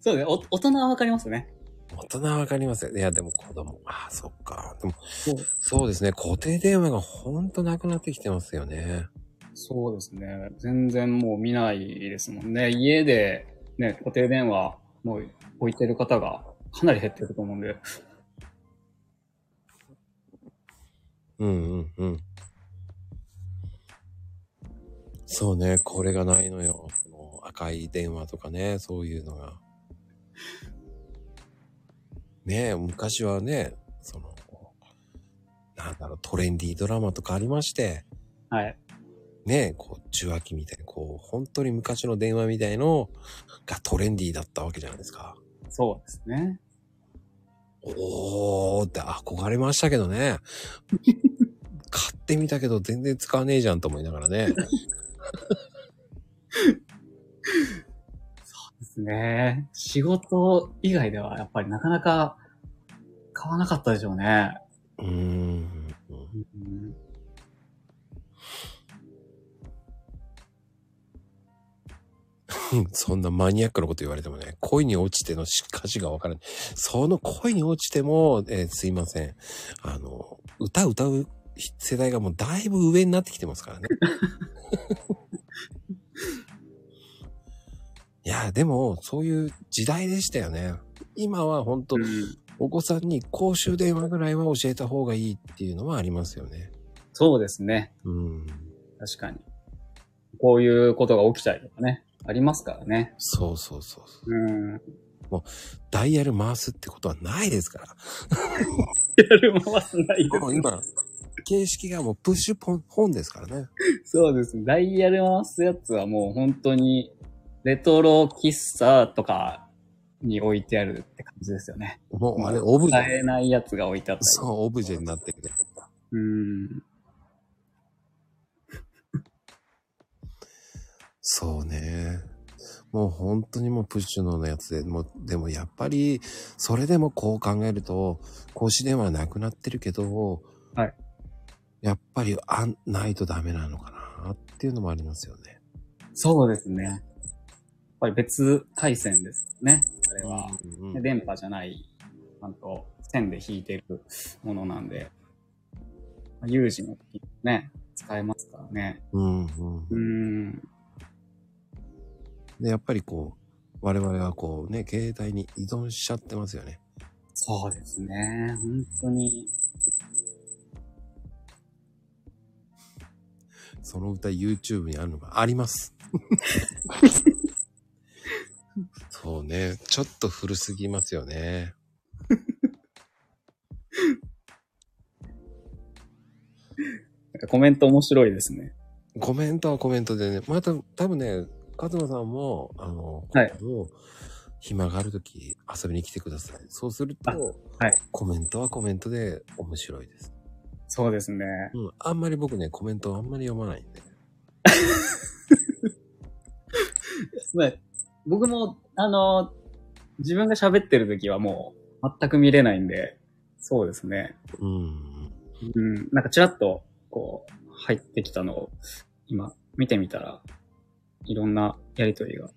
Speaker 2: そうね。お大人はわかりますね。
Speaker 1: 大人はわかりますよ。いや、でも子供、ああ、そっか。でも、
Speaker 2: そう
Speaker 1: そうですね。固定電話がほんとなくなってきてますよね。
Speaker 2: そうですね。全然もう見ないですもんね。家で、ね、固定電話もう置いてる方がかなり減ってると思うんで。
Speaker 1: うんうんうん。そうね。これがないのよ。その赤い電話とかね、そういうのが。ねえ、昔はね、その、なんだろう、トレンディードラマとかありまして、
Speaker 2: はい。
Speaker 1: ねえ、こう、受話器みたいな、こう、本当に昔の電話みたいのがトレンディーだったわけじゃないですか。
Speaker 2: そうですね。
Speaker 1: おーって憧れましたけどね。買ってみたけど全然使わねえじゃんと思いながらね。
Speaker 2: ですね。仕事以外ではやっぱりなかなか買わなかったでしょうね。
Speaker 1: うーん。
Speaker 2: うん
Speaker 1: そんなマニアックなこと言われてもね、恋に落ちての歌詞がわからない。その恋に落ちても、えーすいません。あの、歌歌う世代がもうだいぶ上になってきてますからね。いや、でも、そういう時代でしたよね。今は本当お子さんに公衆電話ぐらいは教えた方がいいっていうのはありますよね。
Speaker 2: そうですね。
Speaker 1: うん。
Speaker 2: 確かに。こういうことが起きたりとかね。ありますからね。
Speaker 1: そうそうそうそう。
Speaker 2: うん。や
Speaker 1: ダイヤル回すってことはないですから。
Speaker 2: る回すないです
Speaker 1: もう今、形式がもうプッシュポン、ポンですからね。
Speaker 2: そうですね。ダイヤル回すやつはもう本当に、レトロ喫茶とかに置いてあるって感じですよね。
Speaker 1: もうあれ、オブジ
Speaker 2: 使
Speaker 1: ェ。
Speaker 2: えないやつが置いてあったり。
Speaker 1: そう、オブジェになってるね。
Speaker 2: うん。
Speaker 1: そうね。もう本当にもうプッシュのやつで、もう、でもやっぱり、それでもこう考えると、公衆電話なくなってるけど、
Speaker 2: はい。
Speaker 1: やっぱり、あん、ないとダメなのかなっていうのもありますよね。
Speaker 2: そうですね。やっぱり別回線ですね。あれは。
Speaker 1: うんうん
Speaker 2: 電波じゃない、ちゃんと線で引いてるものなんで、有事の時にね、使えますからね。
Speaker 1: うんうん
Speaker 2: うん。
Speaker 1: でやっぱりこう我々はこうね携帯に依存しちゃってますよね
Speaker 2: そうですね。本当に。
Speaker 1: その歌 YouTube にあるのがあります そうねちょっと古すぎますよね
Speaker 2: コメント面白いですね。
Speaker 1: コメントはコメントでね、また、多分ね、カズマさんも、あの、
Speaker 2: はい
Speaker 1: 今度暇があるとき遊びに来てください。そうすると、
Speaker 2: はい
Speaker 1: コメントはコメントで面白いです。
Speaker 2: そうですね。
Speaker 1: うん、あんまり僕ね、コメントあんまり読まないんで。
Speaker 2: まあ僕も、あの、自分が喋ってる時はもう全く見れないんで、そうですね。
Speaker 1: うん。
Speaker 2: うん、なんかちらっと、こう、入ってきたのを、今、見てみたら、いろんなやりとりが。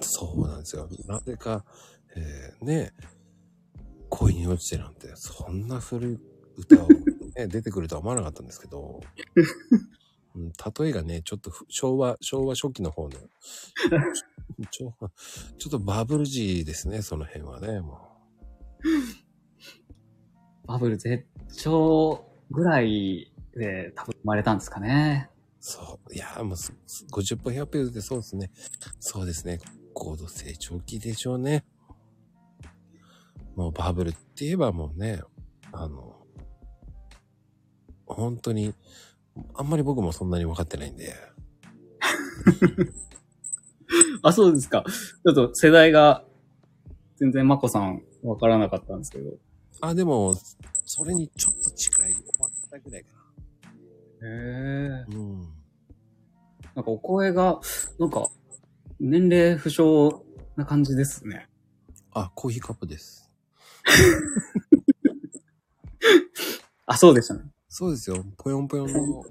Speaker 1: そうなんですよ。なぜか、えー、ね、恋に落ちてなんて、そんな古い歌を、ね、出てくるとは思わなかったんですけど、うん例えがね、ちょっとふ昭和、昭和初期の方の、ちょちょっとバブル時ですね、その辺はね、も
Speaker 2: バブル絶頂ぐらいで多分生まれたんですかね。
Speaker 1: う。そう。いやー、もうす、す50分100分でそうですね。そうですね。高度成長期でしょうね。もうバブルって言えばもうね、あの、本当に、あんまり僕もそんなに分かってないんで。
Speaker 2: あ、そうですか。ちょっと世代が、全然マコさんわからなかったんですけど。
Speaker 1: あ、でも、それにちょっと近い。終わったぐらいか
Speaker 2: へえ。
Speaker 1: な。うん。
Speaker 2: なんかお声が、なんか、年齢不詳な感じですね。
Speaker 1: あ、コーヒーカップです。
Speaker 2: あ、そうでしたね。
Speaker 1: そうですよ。ぽよんぽよんの、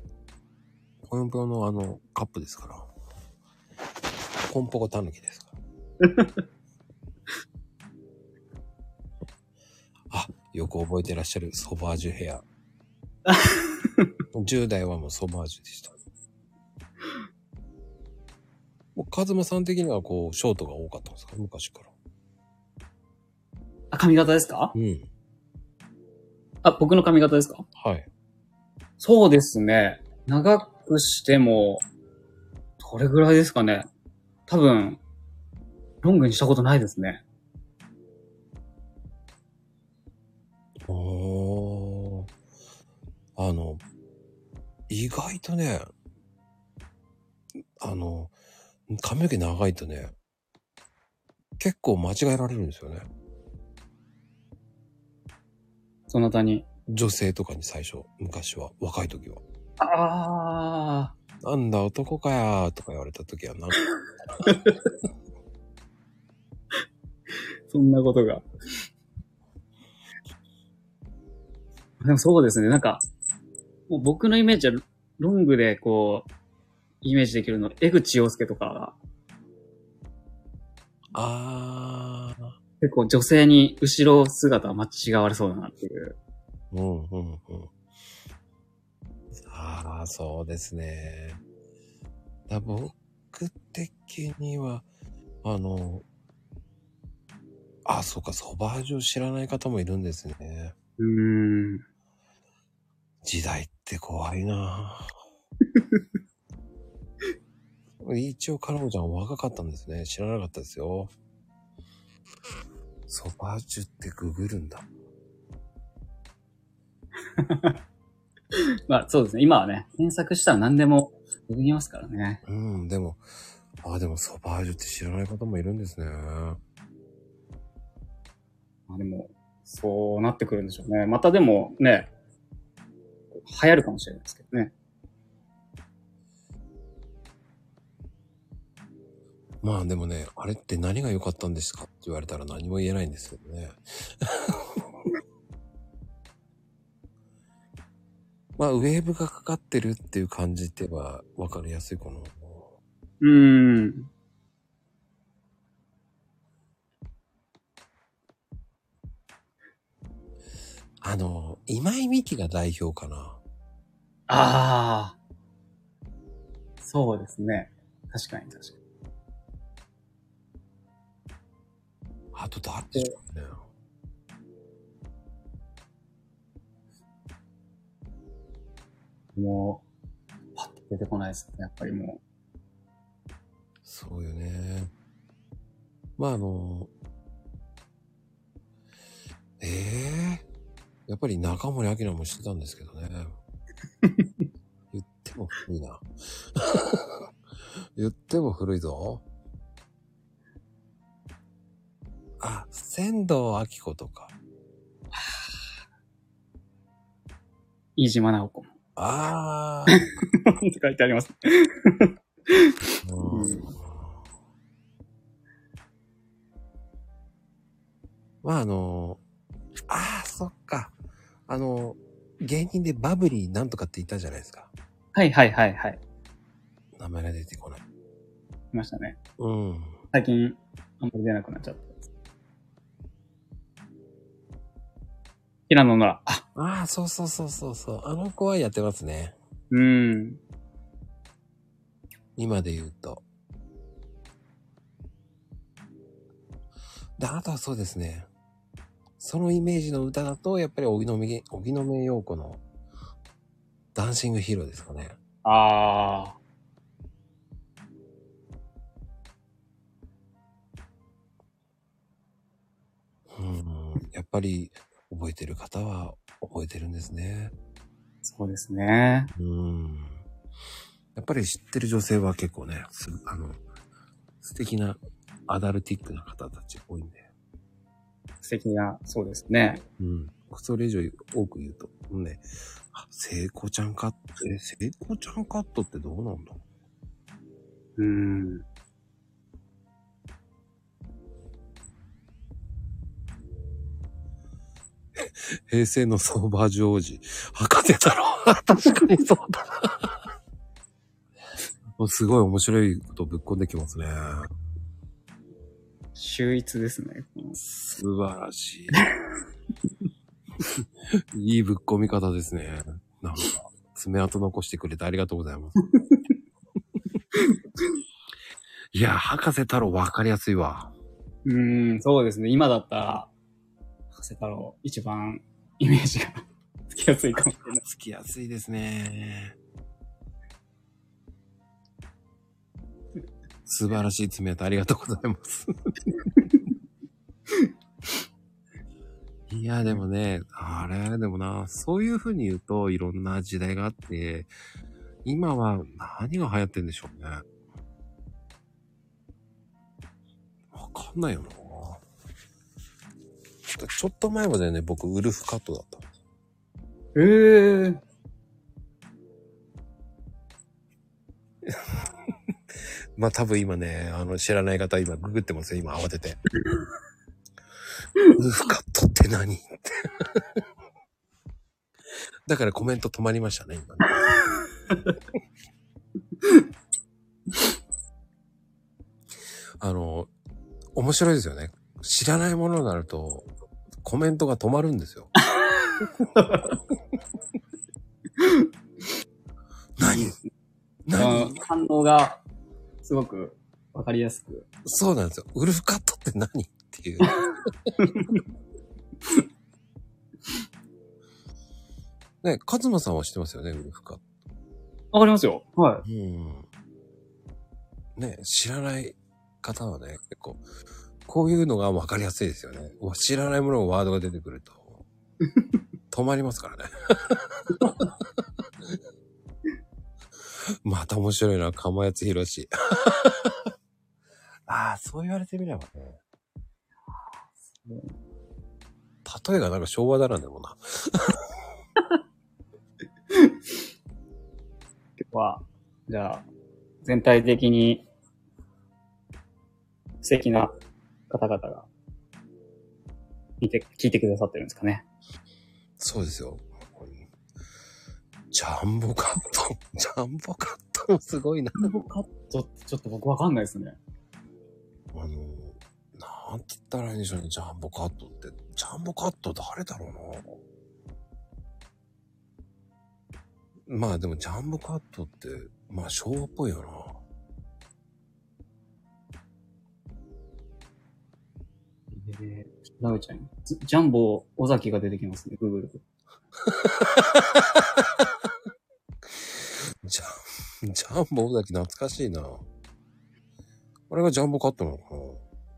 Speaker 1: ぽよんぽよんのあの、カップですから。コンポコタヌキですから。あ、よく覚えてらっしゃるソバージュヘア。10代はもうソバージュでした。もうカズマさん的にはこう、ショートが多かったんですか昔から。
Speaker 2: あ、髪型ですか
Speaker 1: うん。
Speaker 2: あ、僕の髪型ですか
Speaker 1: はい。
Speaker 2: そうですね。長くしても、どれぐらいですかね。多分、ロングにしたことないですね。
Speaker 1: おーあの、意外とね、あの、髪の毛長いとね、結構間違えられるんですよね。
Speaker 2: そなたに。
Speaker 1: 女性とかに最初、昔は、若い時は。
Speaker 2: ああ。
Speaker 1: なんだ男かやーとか言われた時は、なんか、
Speaker 2: そんなことが。でもそうですね。なんか、もう僕のイメージは、ロングでこう、イメージできるの、江口洋介とかが
Speaker 1: あー、
Speaker 2: 結構女性に後ろ姿は間違われそうだなっていう。
Speaker 1: うんうんうん。ああ、そうですね。だ僕的には、あの、あ、そうか、ソバージュを知らない方もいるんですね。
Speaker 2: うーん。
Speaker 1: 時代って怖いな ぁ一応、カラオちゃん若かったんですね。知らなかったですよ。ソバージュってググるんだ。
Speaker 2: まあそうですね。今はね、検索したら何でも出てきますからね。
Speaker 1: うん、でも、あ、でもソバージュって知らない方もいるんですね。
Speaker 2: まあでも、そうなってくるんでしょうね。またでもね、流行るかもしれないですけどね。
Speaker 1: まあでもね、あれって何が良かったんですかって言われたら何も言えないんですけどね。 まあ、ウェーブがかかってるっていう感じって言えば分かりやすいかな。
Speaker 2: うーん。
Speaker 1: あの、今井美樹が代表かな。
Speaker 2: ああ。そうですね。確かに確かに。
Speaker 1: あと誰でしょうね。
Speaker 2: もう、パッと出てこないですね。やっぱりも
Speaker 1: そうよね。まああの、ええやっぱり中森明菜もしてたんですけどね。言ってっても古いな。 言っても古いぞ。あ、仙道明子とか。
Speaker 2: 飯島直子も。
Speaker 1: ああ。
Speaker 2: って書いてあります。
Speaker 1: うんまああの、ああ、そっか。あの、芸人でバブリーなんとかって言ったじゃないですか。
Speaker 2: はいはいはいはい。
Speaker 1: 名前が出てこない。
Speaker 2: いましたね。
Speaker 1: うん。
Speaker 2: 最近、あんまり出なくなっちゃった。平野ノラ。あ、
Speaker 1: ああ、そうそうそうそうそう。あの子はやってますね。
Speaker 2: うん。
Speaker 1: 今で言うと。で、あとはそうですね。そのイメージの歌だと、やっぱり荻野目、荻野目洋子のダンシングヒーローですかね。
Speaker 2: ああ。
Speaker 1: うん。やっぱり覚えてる方は覚えてるんですね。
Speaker 2: そうですね。
Speaker 1: うん。やっぱり知ってる女性は結構ね、すあの、素敵なアダルティックな方たち多いんで。
Speaker 2: 素敵な、そうですね。
Speaker 1: うん。それ以上多く言うと、もうね、あ聖子ちゃんカット、え、聖子ちゃんカットってどうなんだ
Speaker 2: うん。
Speaker 1: 平成のソーバージョージ。博士だろ 確かにそうだな。 もうすごい面白いことぶっこんできますね。
Speaker 2: 秀逸ですね。この
Speaker 1: 素晴らしい。い いぶっ込み方ですね。なんか、爪痕残してくれてありがとうございます。いや、博士太郎分かりやすいわ。
Speaker 2: うーん、そうですね。今だったら、博士太郎、一番イメージが つきやすいかもしれない。
Speaker 1: つきやすいですね。素晴らしい爪痕ありがとうございます。いや、でもね、あれ、でもな、そういうふうに言うといろんな時代があって、今は何が流行ってんでしょうね。わかんないよな。ちょっと前までね、僕、ウルフカットだった。
Speaker 2: えー、
Speaker 1: まあ多分今ね、あの、知らない方今ググってますよ、今慌てて。ウルフカットって何って。だからコメント止まりましたね、今ね。あの、面白いですよね。知らないものになると、コメントが止まるんですよ。何
Speaker 2: あ
Speaker 1: 何
Speaker 2: の反応がすごくわかりやすく。
Speaker 1: そうなんですよ。ウルフカットって何っていう。ね、カズマさんは知ってますよね、ウルフカット。
Speaker 2: わかりますよ。は
Speaker 1: うん。ね、知らない方はね、結構、こういうのがわかりやすいですよね。うわ知らないもののワードが出てくる と、止まりますからね。 また面白いな、釜谷ひろし。 ああ、そう言われてみればね。例えがなんか昭和だらねもんな。
Speaker 2: い。では、じゃあ、全体的に素敵な方々が見て、聞いてくださってるんですかね。
Speaker 1: そうですよ。ジャンボカット。 ジャンボカットもすごいな。
Speaker 2: ちょちょっと僕わかんないですね。
Speaker 1: あの、なんて言ったらいいんでしょうね、ジャンボカットって。ジャンボカット誰だろうな。まあでもジャンボカットって、まあ昭和っぽいよな。
Speaker 2: えー、なべちゃん、ジジャンボ尾崎が出てきますね、グーグルで。
Speaker 1: ジャン、ジャンボ尾崎懐かしいな。あれがジャンボカットなのかな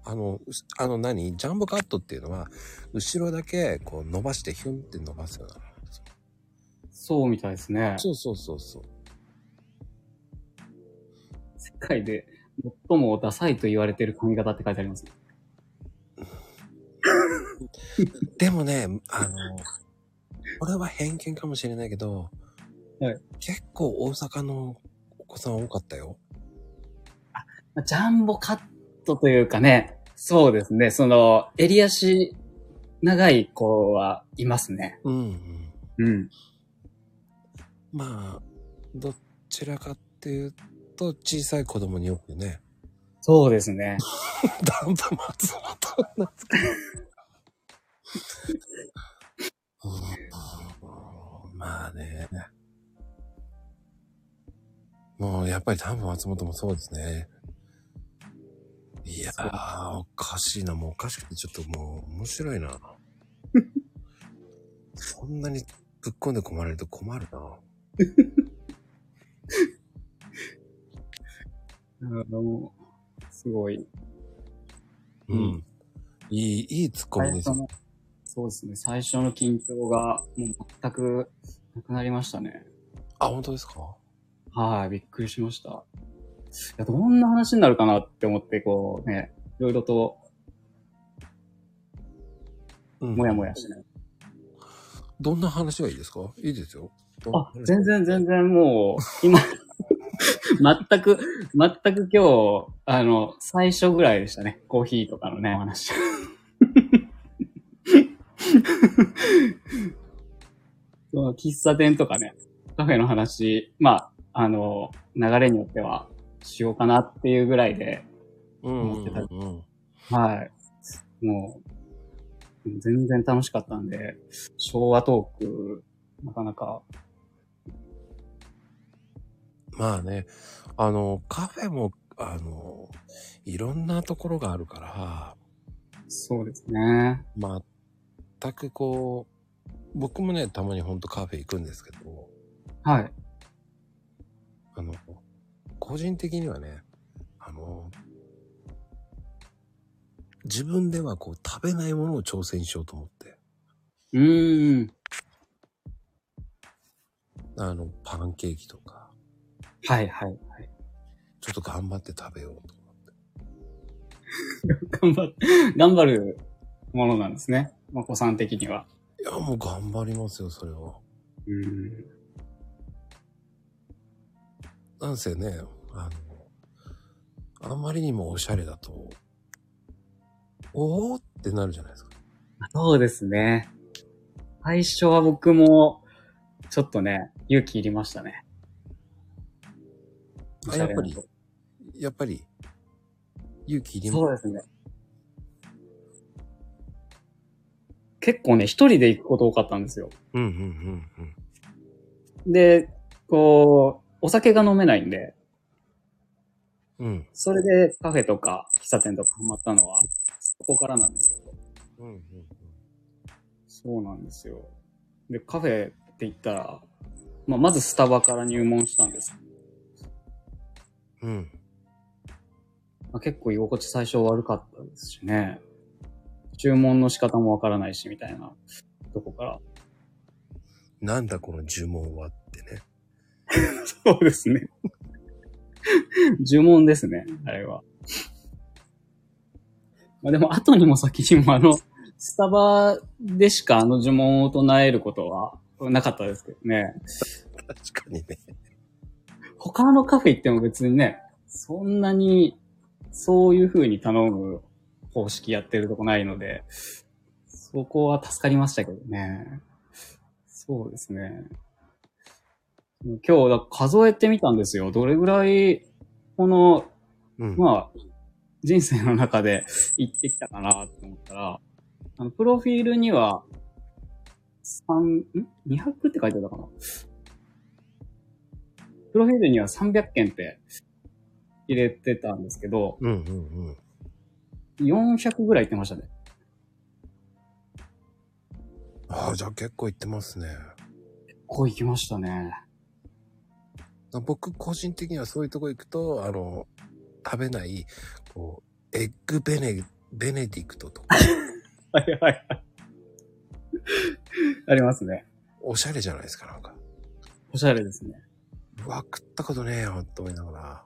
Speaker 1: あの、うしあの何ジャンボカットっていうのは、後ろだけこう伸ばしてヒュンって伸ばすような。
Speaker 2: そうみたいですね。
Speaker 1: そうそうそうそう。
Speaker 2: 世界で最もダサいと言われてる髪型って書いてあります。
Speaker 1: でもね、 あの、これは偏見かもしれないけど、
Speaker 2: はい
Speaker 1: 結構大阪のお子さん多かったよ。
Speaker 2: ジャンボカットというかね、そうですね、その、襟足長い子はいますね。
Speaker 1: うん、うん。
Speaker 2: うん。
Speaker 1: まあ、どちらかっていうと、小さい子供によくね。
Speaker 2: そうですね。
Speaker 1: ダンプ松本懐かしい。うんまあね。もうやっぱりダンプ松本もそうですね。いやー、おかしいな。もうおかしくてちょっともう面白いな。そんなにぶっ込んで困られると困るな。
Speaker 2: あの、すごい。
Speaker 1: う
Speaker 2: うんん。
Speaker 1: いい、いいツッコミです
Speaker 2: 最初。のそうですね、最初の緊張がもう全くなくなりましたね。
Speaker 1: あ、本当ですか
Speaker 2: はい、びっくりしました。いや、どんな話になるかなって思って、こうね、いろいろと
Speaker 1: うん
Speaker 2: もやもやしてない。
Speaker 1: どんな話がいいですかいいですよ。どんな
Speaker 2: あ
Speaker 1: 話、
Speaker 2: 全然全然もう、今、全く、全く今日、あの、最初ぐらいでしたね。コーヒーとかのね、お話。 その喫茶店とかね、カフェの話、まあ、あの、流れによってはしようかなっていうぐらいで、
Speaker 1: うん
Speaker 2: 思ってた
Speaker 1: うんうん
Speaker 2: はい。もう、全然楽しかったんで、昭和トーク、なかなか、
Speaker 1: まあね、あの、カフェも、あの、いろんなところがあるから、
Speaker 2: そうですね。
Speaker 1: まあ全くこう、僕もね、たまにほんとカフェ行くんですけど、
Speaker 2: はい。
Speaker 1: あの、個人的にはね、あの、自分ではこう食べないものを挑戦しようと思って、
Speaker 2: うーん。
Speaker 1: あの、パンケーキとか、
Speaker 2: はいはいはい。
Speaker 1: ちょっと頑張って食べようと。
Speaker 2: 頑張る、 頑張るものなんですね。まあ、子さん的には。
Speaker 1: いや、もう頑張りますよ、それは。
Speaker 2: うん。
Speaker 1: なんせね、あの、あんまりにもおしゃれだと、おーってなるじゃないですか。
Speaker 2: そうですね。最初は僕も、ちょっとね、勇気いりましたね。
Speaker 1: あ、やっぱり、やっぱり、勇気いり
Speaker 2: そう
Speaker 1: ま
Speaker 2: ですね。結構ね、一人で行くこと多かったんですよ。
Speaker 1: うんうんうんうん。
Speaker 2: で、こう、お酒が飲めないんで、
Speaker 1: うん。
Speaker 2: それでカフェとか喫茶店とかハマったのは、そこからなんですけど。
Speaker 1: うんうん
Speaker 2: そうなんですよ。で、カフェって言ったら、まあ、まずスタバから入門したんです。
Speaker 1: うん。うん。
Speaker 2: まあ、結構居心地最初悪かったですしね。注文の仕方もわからないし、みたいなとこから。
Speaker 1: なんだこの呪文はってね。
Speaker 2: そうです ね。呪文ですね、あれは。まあ、でも、後にも先にもあの、スタバでしかあの呪文を唱えることはなかったですけどね。
Speaker 1: 確かにね。
Speaker 2: 他のカフェ行っても別にね、そんなに、そういう風に頼む方式やってるとこないので、そこは助かりましたけどね。そうですね。今日、だ数えてみたんですよ。どれぐらい、この、
Speaker 1: うん。
Speaker 2: まあ、人生の中で行ってきたかなと思ったら、あの、プロフィールには、三、ん ?200 って書いてあったかなプロフィールには300件って入れてたんですけど、
Speaker 1: うんうんうん。
Speaker 2: 400ぐらい行ってましたね。
Speaker 1: ああ、じゃあ結構行ってますね。
Speaker 2: こう行きましたね。
Speaker 1: 僕個人的にはそういうとこ行くと、あの、食べない、こう、エッグベネ、ベネディクトとか、
Speaker 2: はいはいはい。ありますね。
Speaker 1: おしゃれじゃないですか、なんか。
Speaker 2: おしゃれですね。
Speaker 1: うわ、食ったことねえよ、と思いながら。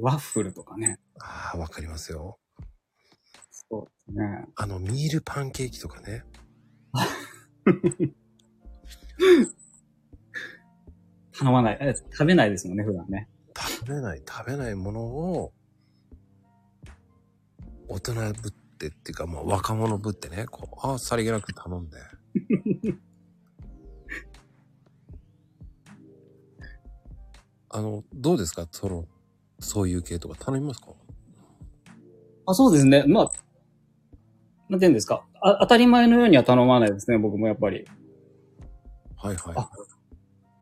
Speaker 2: ワッフルとかね。
Speaker 1: ああ、わかりますよ。
Speaker 2: そうですね。
Speaker 1: あの、ミールパンケーキとかね。
Speaker 2: 頼まない。え食べないですもんね、普段ね。
Speaker 1: 食べない、食べないものを、大人ぶってっていうか、まあ若者ぶってね、こう、ああ、さりげなく頼んで。 あの、どうですかその、そういう系とか頼みますか
Speaker 2: あ、そうですね。まあ、なんて言うんですか。あ当たり前のようには頼まないですね、僕もやっぱり。
Speaker 1: はいはい。
Speaker 2: あ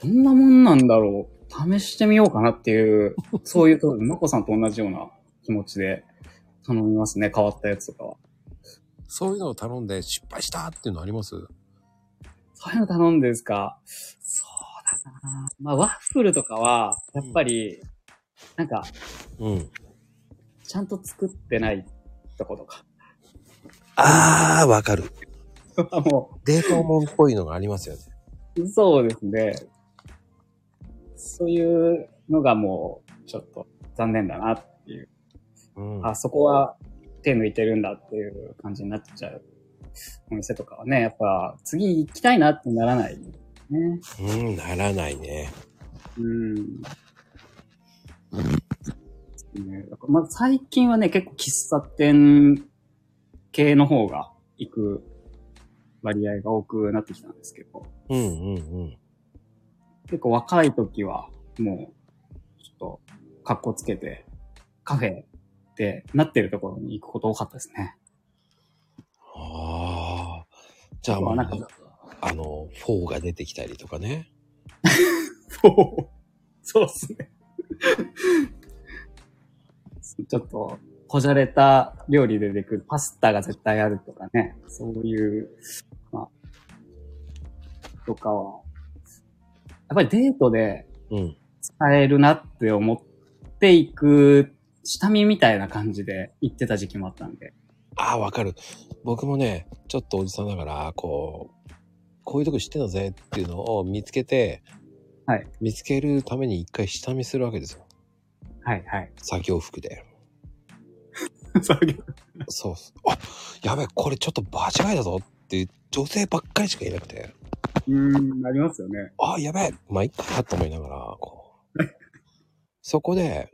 Speaker 2: どんなもんなんだろう。試してみようかなっていう、そういうところで、まこさんと同じような気持ちで頼みますね、変わったやつとかは。
Speaker 1: そういうのを頼んで失敗したっていうのあります
Speaker 2: そういうの頼んでですかそうだなまあ、ワッフルとかは、やっぱり、なんか、
Speaker 1: うん。
Speaker 2: ちゃんと作ってないとことか。
Speaker 1: ああ、わかる。
Speaker 2: も
Speaker 1: 冷凍もんっぽいのがありますよね。
Speaker 2: う、そうですね。そういうのがもう、ちょっと残念だなっていう。
Speaker 1: うん。
Speaker 2: あ、そこは手抜いてるんだっていう感じになっちゃう。お店とかはね、やっぱ、次行きたいなってならない。ね。
Speaker 1: うん、ならないね。
Speaker 2: うん。ねだからまあ、最近はね、結構喫茶店系の方が行く割合が多くなってきたんですけど、
Speaker 1: うんうんうん。
Speaker 2: 結構若い時はもう、ちょっと、格好つけて、カフェってなってるところに行くこと多かったですね。
Speaker 1: ああ。じゃあ、
Speaker 2: ま
Speaker 1: ま
Speaker 2: あ、
Speaker 1: あ、
Speaker 2: なんか、
Speaker 1: あの、フォーが出てきたりとかね。
Speaker 2: そう。 そうっすね。ちょっと、こじゃれた料理で出てくるパスタが絶対あるとかね。そういう、まあ、とかは、やっぱりデートで
Speaker 1: うん。
Speaker 2: 使えるなって思っていく、下見みたいな感じで行ってた時期もあったんで。
Speaker 1: ああ、わかる。僕もね、ちょっとおじさんだから、こう、こういうとこ知ってんだぜっていうのを見つけて、
Speaker 2: はい。
Speaker 1: 見つけるために一回下見するわけですよ。
Speaker 2: はいはい。
Speaker 1: 作業服で。
Speaker 2: そういう
Speaker 1: そうそう。あ、やべえ、これちょっと場違いだぞって、女性ばっかりしかいなくて、
Speaker 2: うん、ありますよね。
Speaker 1: あ、やべえ、まあ、いっかと思いながら、こう。そこで、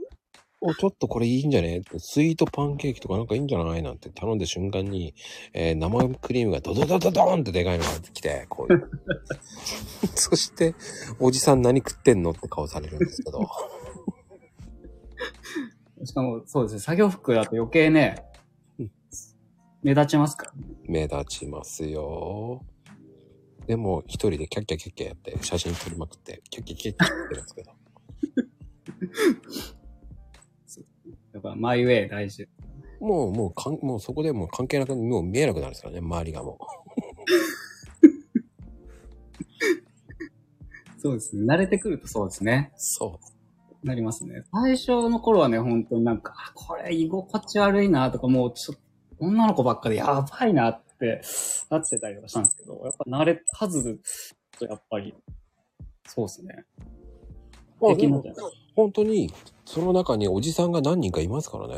Speaker 1: お、ちょっとこれいいんじゃねってスイートパンケーキとかなんかいいんじゃないなんて頼んだ瞬間に、えー生クリームがドドドドドーンってでかいのが来て、こういう。そして、おじさん何食ってんのって顔されるんですけど。
Speaker 2: しかも、そうですね。作業服だと余計ね
Speaker 1: うん、
Speaker 2: 目立ちますから
Speaker 1: 目立ちますよ。でも、一人でキャッキャキャッキャやって、写真撮りまくって、キャッキャキャッキャやってるんですけど。
Speaker 2: だから、マイウェイ大事。
Speaker 1: もう、もうかん、もうそこでもう関係なく、もう見えなくなるんですからね、周りがもう。
Speaker 2: そうですね。慣れてくるとそうですね。
Speaker 1: そう。
Speaker 2: なりますね。最初の頃はね、本当になんか、あこれ居心地悪いなとか、もうちょっと、女の子ばっかでやばいなって、なってたりとかしたんですけど、やっぱ慣れ、数、とやっぱり、そうですね。
Speaker 1: まあ
Speaker 2: でき
Speaker 1: で
Speaker 2: るん
Speaker 1: も
Speaker 2: じゃない
Speaker 1: 本当に、その中におじさんが何人かいますからね。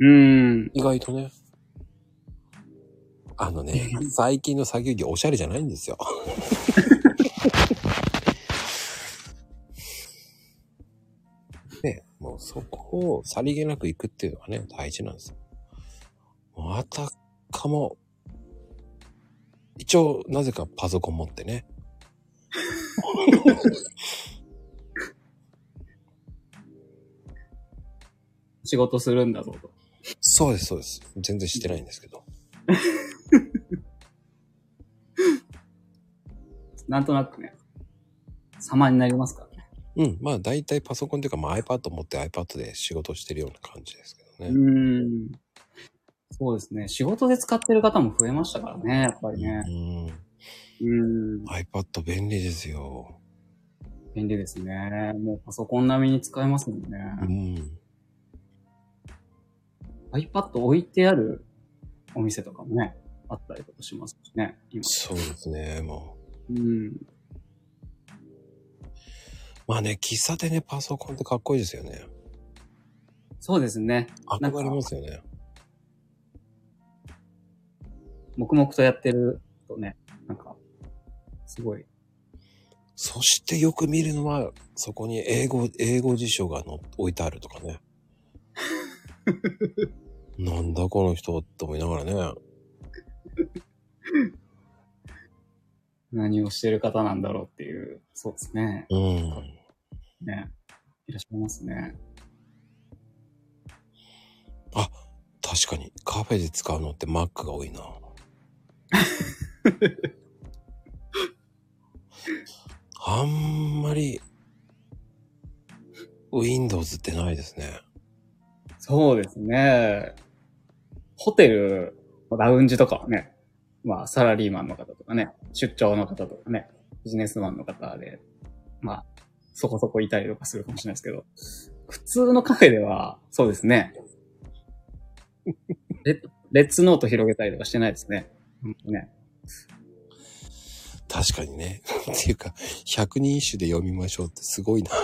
Speaker 2: うーん。
Speaker 1: 意外とね。あのね、最近の作業着おしゃれじゃないんです よ。ね、もうそこをさりげなく行くっていうのがね、大事なんですよ。もうあたかも、一応、なぜかパソコン持ってね。
Speaker 2: 仕事するんだぞと。
Speaker 1: そうです、そうです。全然してないんですけど。
Speaker 2: なんとなくね、様になりますからね。
Speaker 1: うん、まあ大体パソコンというか、まあ、iPad 持って iPad で仕事してるような感じですけど
Speaker 2: う
Speaker 1: ね。
Speaker 2: ーん。そうですね。仕事で使ってる方も増えましたからね、やっぱりね。
Speaker 1: うん、
Speaker 2: うーん。
Speaker 1: iPad 便利ですよ。
Speaker 2: 便利ですね。もうパソコン並みに使えますもんね。
Speaker 1: うん。
Speaker 2: iPad 置いてあるお店とかもね、あったりとかしますしね、今。
Speaker 1: そうですね、もう。
Speaker 2: うん。
Speaker 1: まあね、喫茶店でパソコンってかっこいいですよね。
Speaker 2: そうですね。なんか
Speaker 1: 憧れますよね。
Speaker 2: 黙々とやってるとね、なんか、すごい。
Speaker 1: そしてよく見るのは、そこに英語、英語辞書がの置いてあるとか ね。なんだこの人って思いながらね。
Speaker 2: 何をしてる方なんだろうっていう、そうですね。
Speaker 1: うん。
Speaker 2: ね。いらっしゃいますね。
Speaker 1: 確かに、カフェで使うのってマックが多 いな。あんまり、Windows ってないですね。
Speaker 2: そうですね。ホテル、ラウンジとかはね、まあ、サラリーマンの方とかね、出張の方とかね、ビジネスマンの方で、まあ、そこそこいたりとかするかもしれないですけど、普通のカフェでは、そうですね。 レレッツノート広げたりとかしてないですね。本当ね。
Speaker 1: 確かにね。っていうか、100人一首で読みましょうってすごいな。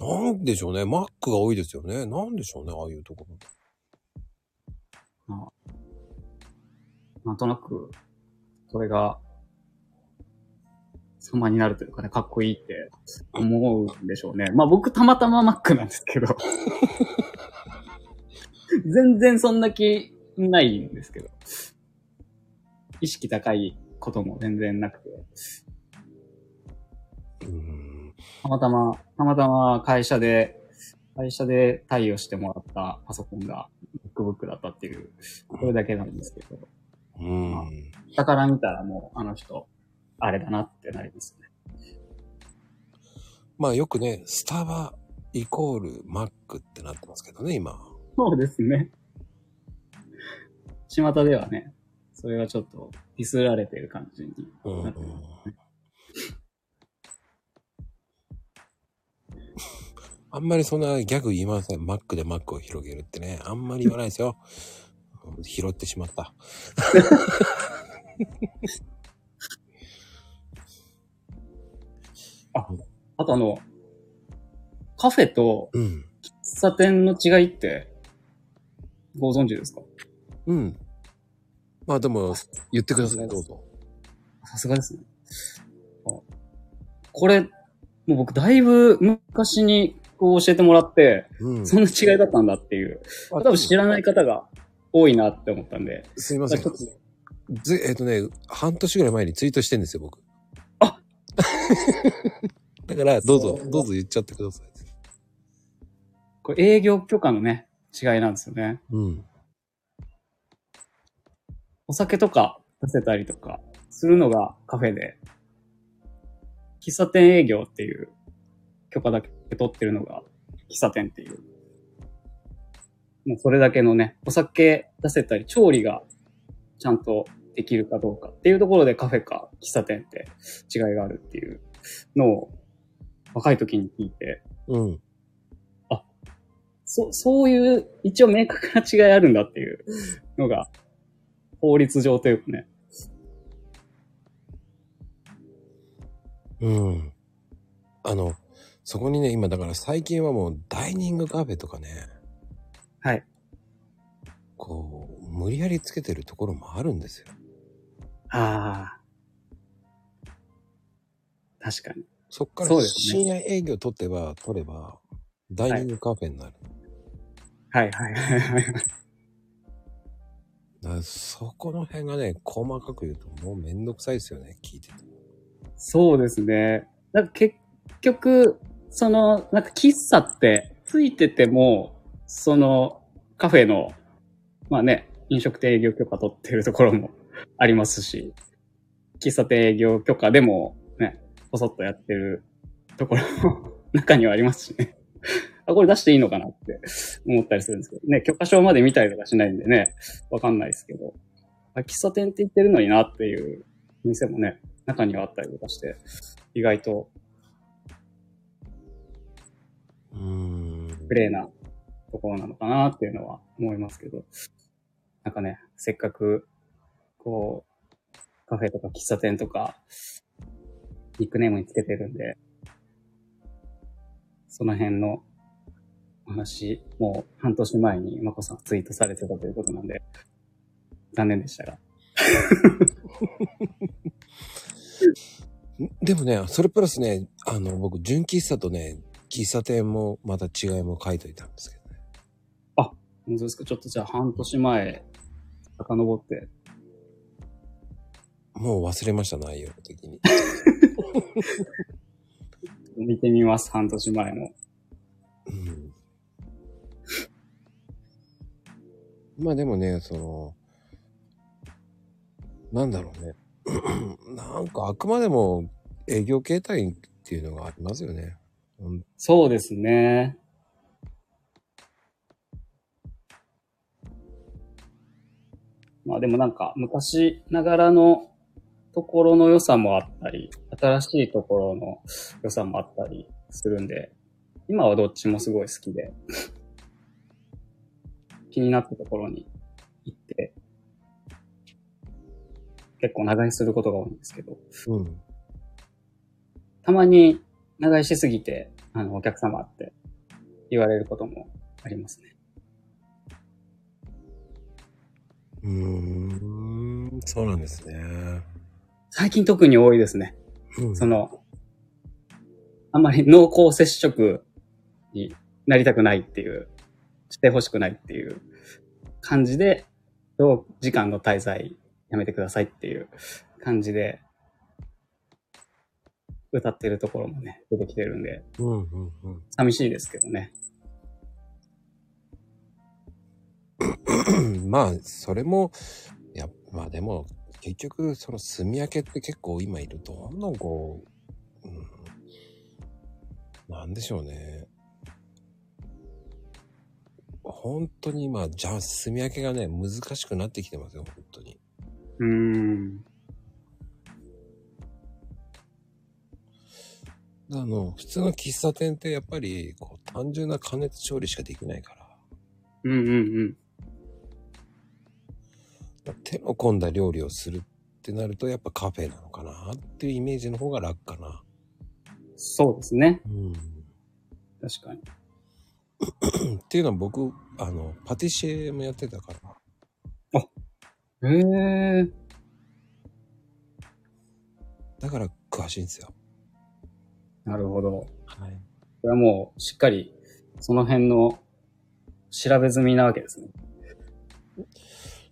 Speaker 1: なんでしょうね。マックが多いですよね。なんでしょうね。ああいうところ。
Speaker 2: なんとなく、それが、様になるというかね、かっこいいって思うんでしょうね。まあ僕たまたま Mac なんですけど。全然そんな気ないんですけど。意識高いことも全然なくて。
Speaker 1: うん。
Speaker 2: たまたま、たまたま会社で、会社で対応してもらったパソコンが MacBook だったっていう、それだけなんですけど。
Speaker 1: うん。
Speaker 2: 下から見たらもうあの人、あれだなってなりますね。
Speaker 1: まあよくね、スタバイコールマックってなってますけどね、今。
Speaker 2: そうですね。巷ではね、それはちょっとディスられてる感じに
Speaker 1: うん
Speaker 2: なってます。
Speaker 1: あんまりそんなギャグ言いません。マックでマックを広げるってね。あんまり言わないですよ。拾ってしまった。
Speaker 2: あとあの、カフェと
Speaker 1: うん。
Speaker 2: 喫茶店の違いって、ご存知ですか
Speaker 1: うん。まあでも、言ってください、どうぞ。
Speaker 2: さすがですね。あこれ、もう僕だいぶ昔にこう教えてもらって、
Speaker 1: うん。
Speaker 2: そんな違いだったんだっていう、多分知らない方が多いなって思ったんで、
Speaker 1: すいません
Speaker 2: ちょっ。と
Speaker 1: ずえっ、とね、半年ぐらい前にツイートしてんですよ、僕。
Speaker 2: あ
Speaker 1: だから、どうぞ、どうぞ言っちゃってください。
Speaker 2: これ営業許可のね、違いなんですよね。
Speaker 1: うん。
Speaker 2: お酒とか出せたりとかするのがカフェで、喫茶店営業っていう許可だけ取ってるのが喫茶店っていう。もうそれだけのね、お酒出せたり、調理がちゃんとできるかどうかっていうところでカフェか喫茶店って違いがあるっていうのを若い時に聞いて、
Speaker 1: うん。
Speaker 2: そ、そういう、一応明確な違いあるんだっていうのが、法律上というかね、
Speaker 1: うん。あの、そこにね、今だから最近はもうダイニングカフェとかね。
Speaker 2: はい。
Speaker 1: こう、無理やりつけてるところもあるんですよ。
Speaker 2: ああ。確かに。
Speaker 1: そっから
Speaker 2: そうです
Speaker 1: 深
Speaker 2: ね
Speaker 1: 夜営業取ってば、取れば、ダイニングカフェになる。
Speaker 2: はいはいはいはい。
Speaker 1: だからそこの辺がね、細かく言うともうめんどくさいですよね、聞いてて。
Speaker 2: そうですね。なんか結局、その、なんか喫茶って、ついてても、その、カフェの、まあね、飲食店営業許可取ってるところも ありますし、喫茶店営業許可でも、ね、こそっとやってるところも 中にはありますしね。あ、これ出していいのかなって思ったりするんですけどね、許可証まで見たりとかしないんでね、わかんないですけど、あ、喫茶店って言ってるのになっていう店もね、中にはあったりとかして、意外と
Speaker 1: うーん
Speaker 2: プ。レーなところなのかなっていうのは思いますけど、なんかね、せっかく、こう、カフェとか喫茶店とか、ニックネームにつけてるんで、その辺のお話、もう半年前にまこさんツイートされてたということなんで、残念でしたが。
Speaker 1: でもね、それプラスね、あの、僕、純喫茶とね、喫茶店もまた違いも書いといたんですけどね。
Speaker 2: 本当ですかちょっとじゃあ半年前、遡って。
Speaker 1: もう忘れました、内容的に。
Speaker 2: 見てみます、半年前の。
Speaker 1: うん。まあでもね、その、なんだろうね。 なんかあくまでも営業形態っていうのがありますよね。うん
Speaker 2: そうですね。まあでもなんか昔ながらのところの良さもあったり、新しいところの良さもあったりするんで、今はどっちもすごい好きで、気になったところに行って、結構長居することが多いんですけど、
Speaker 1: うん。
Speaker 2: たまに長居しすぎて、あの、お客様って言われることもありますね。
Speaker 1: うーん。そうなんですね。
Speaker 2: 最近特に多いですね。
Speaker 1: うん
Speaker 2: その、あんまり濃厚接触になりたくないっていう、してほしくないっていう感じで、長時間の滞在やめてくださいっていう感じで、歌ってるところもね、出てきてるんで、
Speaker 1: うんうんうん。
Speaker 2: 寂しいですけどね。
Speaker 1: うん まあ、それも、いや、まあでも、結局、その住み分けって結構今いると、どんどんこう、うん、なんでしょうね。本当に今、じゃあ住み分けがね、難しくなってきてますよ、本当に。
Speaker 2: うーん。
Speaker 1: あの、普通の喫茶店ってやっぱり、こう、単純な加熱調理しかできないから。
Speaker 2: うんうんうん。
Speaker 1: 手の込んだ料理をするってなると、やっぱカフェなのかなっていうイメージの方が楽かな。
Speaker 2: そうですね。
Speaker 1: うん。
Speaker 2: 確かに。
Speaker 1: っていうのは僕、あの、パティシエもやってたから、
Speaker 2: へえー。
Speaker 1: だから詳しいんですよ。
Speaker 2: なるほど。
Speaker 1: はい。
Speaker 2: これはもう、しっかり、その辺の、調べ済みなわけですね。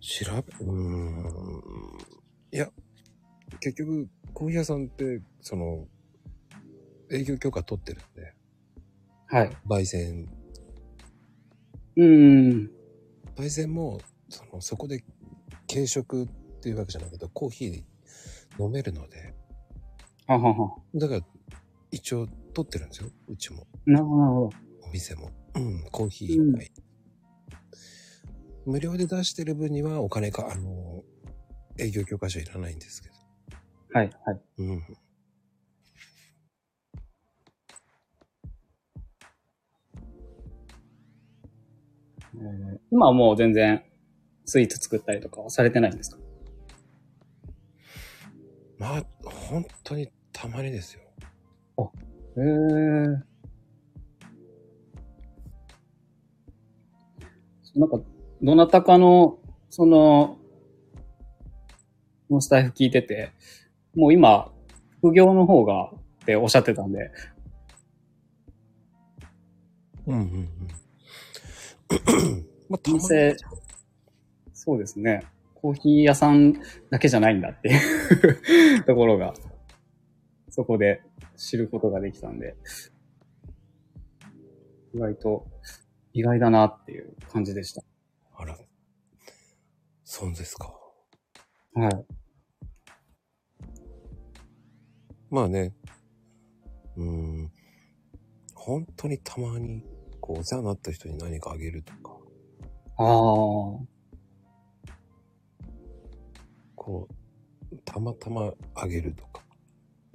Speaker 1: 調べ、うーん。いや、結局、コーヒー屋さんって、その、営業許可取ってるんで、
Speaker 2: はい。
Speaker 1: 焙煎、
Speaker 2: うーん。
Speaker 1: 焙煎も、その、そこで軽食っていうわけじゃないけど、コーヒー飲めるので、
Speaker 2: ははは。
Speaker 1: だから、一応取ってるんですよ、うちも。
Speaker 2: なるほど、なるほど。
Speaker 1: お店も。うん、コーヒー以外。無料で出してる分にはお金か、あの、営業許可書いらないんですけど。
Speaker 2: はい、はい。
Speaker 1: うん。
Speaker 2: えー今はもう全然、スイーツ作ったりとかはされてないんですか
Speaker 1: まあ、本当にたまにですよ。
Speaker 2: へえー。なんか、どなたかの、その、のスタイフ聞いてて、もう今、副業の方が、っておっしゃってたんで、
Speaker 1: うんうんうん。 まあ、たまに。
Speaker 2: 店そうですね。コーヒー屋さんだけじゃないんだって いうところが、そこで知ることができたんで、意外と、意外だなっていう感じでした。
Speaker 1: あら。そうですか。
Speaker 2: はい。
Speaker 1: まあね。うん。本当にたまに、こう、お世話になった人に何かあげるとか。
Speaker 2: ああ、
Speaker 1: こう、たまたまあげるとか。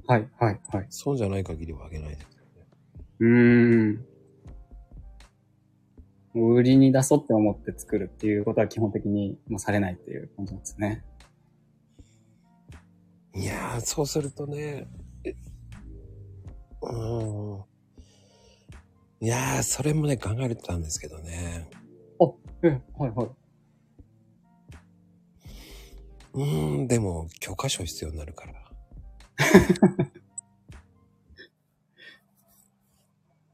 Speaker 2: はい、はい、はい。
Speaker 1: そうじゃない限りはあげないですよね。
Speaker 2: うーん。もう売りに出そうって思って作るっていうことは基本的にもうされないっていう感じなんですね。
Speaker 1: いやー、そうするとね、えうーん。いやー、それもね、考えてたんですけどね。
Speaker 2: うん、はいはい。
Speaker 1: うーん、でも、許可書必要になるから。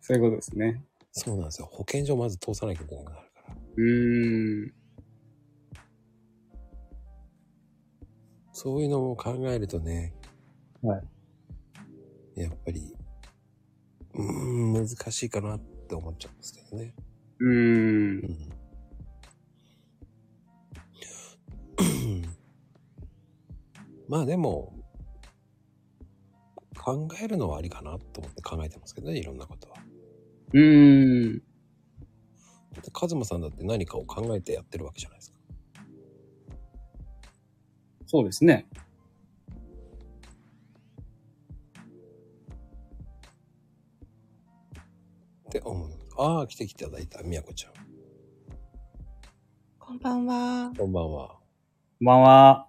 Speaker 2: そういうことですね。
Speaker 1: そうなんですよ。保健所まず通さなきゃいけなくなるから。
Speaker 2: うーん。
Speaker 1: そういうのを考えるとね。。
Speaker 2: はい
Speaker 1: やっぱり、うーん、難しいかなって思っちゃうんですけどね。
Speaker 2: うーん。
Speaker 1: うん。まあでも、考えるのはありかなと思って考えてますけどね、いろんなことは。だ
Speaker 2: うーん。
Speaker 1: ってカズマさんだって何かを考えてやってるわけじゃないですか。
Speaker 2: そうですね。
Speaker 1: って思う。ああ、来ていただいた、みやこちゃん。
Speaker 3: こんばんは。
Speaker 1: こんばんは。
Speaker 2: こんばんは。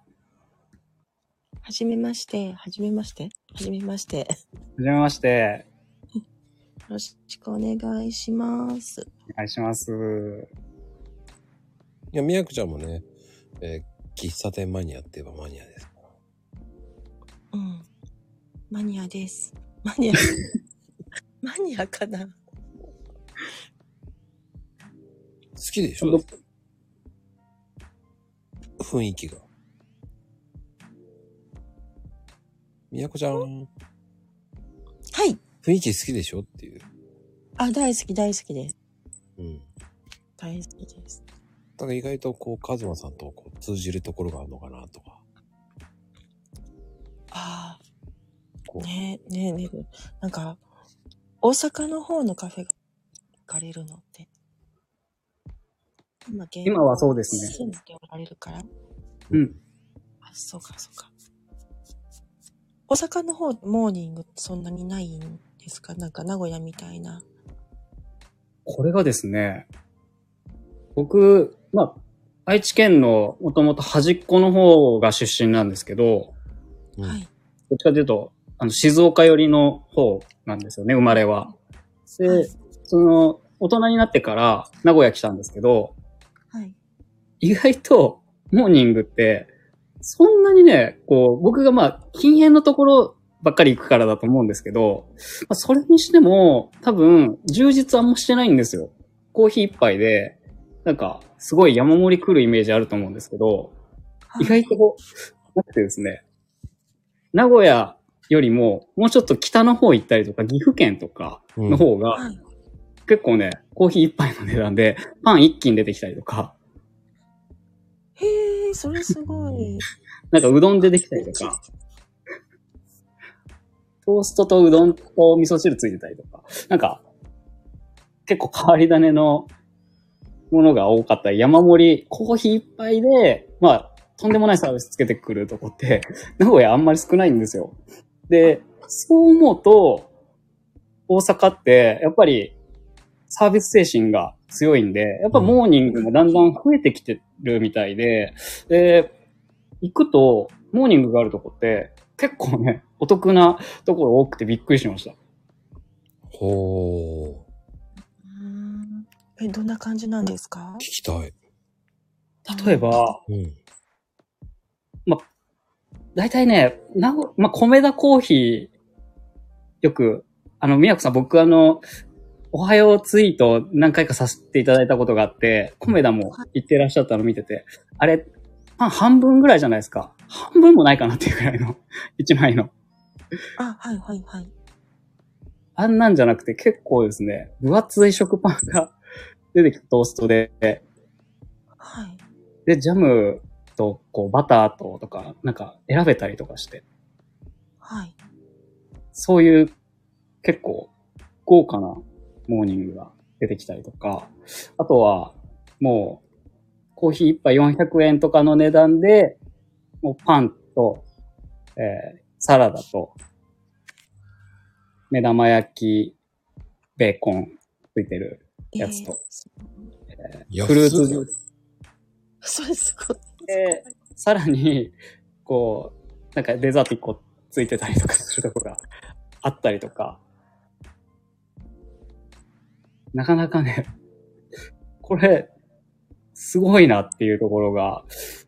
Speaker 3: はじめまして。はじめまして。はじめまして。よ
Speaker 2: はじめまして。
Speaker 3: ろしくお願いします。
Speaker 2: お願いします。
Speaker 1: いや、みやこちゃんもね、えー喫茶店マニアって言えばマニアですから。
Speaker 3: うん。マニアです。マニア。 マニアかな
Speaker 1: 好きでし
Speaker 2: ど
Speaker 1: ょ雰囲気が。みやこちゃん、
Speaker 3: はい。
Speaker 1: 雰囲気好きでしょっていう。
Speaker 3: あ、大好き、大好きです。
Speaker 1: うん。
Speaker 3: 大好きです。
Speaker 1: だから意外とこう、カズマさんとこう通じるところがあるのかなとか。
Speaker 3: あ
Speaker 1: こう
Speaker 3: あ、ねえ、ねえ、ねえ。なんか、大阪の方のカフェが行かれるのって。今、現
Speaker 2: 今はそうですね。
Speaker 3: 住んでおられるから。
Speaker 2: うん。
Speaker 3: あ、そうか、そうか。大阪の方、モーニングってそんなにないんですかなんか名古屋みたいな。
Speaker 2: これがですね、僕、まあ、愛知県のもともと端っこの方が出身なんですけど、
Speaker 1: うん
Speaker 3: はい。
Speaker 2: どっちかというと、あの、静岡寄りの方なんですよね、生まれは。
Speaker 3: は
Speaker 2: で
Speaker 3: い、
Speaker 2: その、大人になってから名古屋来たんですけど、
Speaker 3: はい。
Speaker 2: 意外と、モーニングって、そんなにね、こう、僕がまあ、禁煙のところばっかり行くからだと思うんですけど、まあ、それにしても、多分、充実あんましてないんですよ。コーヒー一杯で、なんか、すごい山盛り来るイメージあると思うんですけど、
Speaker 3: はい
Speaker 2: 意外とこう、なくてですね、名古屋よりも、もうちょっと北の方行ったりとか、岐阜県とかの方が、
Speaker 3: はい。
Speaker 2: 結構ね、コーヒー一杯の値段で、パン一斤出てきたりとか、
Speaker 3: へえ、それすごい。
Speaker 2: なんかうどんでできたりとか、トーストとうどんと味噌汁ついてたりとか、なんか、結構変わり種のものが多かったり、山盛り、コーヒー一杯で、まあ、とんでもないサービスつけてくるとこって、 名古屋あんまり少ないんですよ。で、そう思うと、大阪って、やっぱり、サービス精神が強いんで、やっぱモーニングもだんだん増えてきてるみたいで、で、行くと、モーニングがあるとこって、結構ね、お得なところ多くてびっくりしました。
Speaker 1: ほー。
Speaker 3: うーんえ、どんな感じなんですか
Speaker 1: 聞きたい。
Speaker 2: 例えば、
Speaker 1: うん。
Speaker 2: 大体ね、なご、まあ、米田コーヒー、よく、あの、宮子さん、僕あの、おはようツイート何回かさせていただいたことがあって、米田も行ってらっしゃったの見てて、あれ、パン半分ぐらいじゃないですか。半分もないかなっていうぐらいの、 一枚の。
Speaker 3: あ、はい、はい、はい。
Speaker 2: あんなんじゃなくて結構ですね、分厚い食パンが 出てきたトーストで、
Speaker 3: はい。
Speaker 2: で、ジャムと、こう、バターと、とか、なんか、選べたりとかして、
Speaker 3: はい。
Speaker 2: そういう、結構、豪華なモーニングが出てきたりとか、あとは、もう、コーヒー一杯400円とかの値段で、もうパンと、えーサラダと、目玉焼き、ベーコン、ついてる。やつと
Speaker 3: えー
Speaker 2: フルーツジュ
Speaker 1: 安い
Speaker 2: ース
Speaker 3: それすごい。
Speaker 2: で、さらに、こう、なんかデザート1個ついてたりとかするとこがあったりとか、なかなかね、これ、すごいなっていうところが、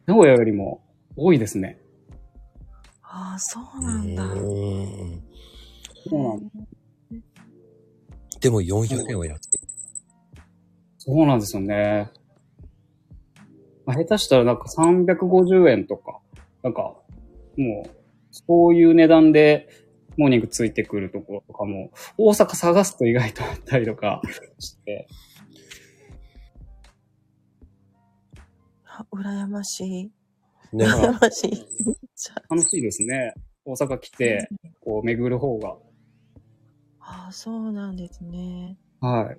Speaker 2: 名古屋よりも多いですね。
Speaker 3: ああ、そうなんだ。
Speaker 1: うん
Speaker 2: そうなん
Speaker 4: でも400円をやって。
Speaker 2: そうなんですよね。まあ、下手したらなんか350円とか、なんか、もう、そういう値段で、モーニングついてくるところとかも、大阪探すと意外とあったりとかして、
Speaker 3: あ羨ましい。
Speaker 1: ね、
Speaker 3: 羨ましい。
Speaker 2: 楽しいですね。大阪来て、こう巡る方が。
Speaker 3: ああ、そうなんですね。
Speaker 2: は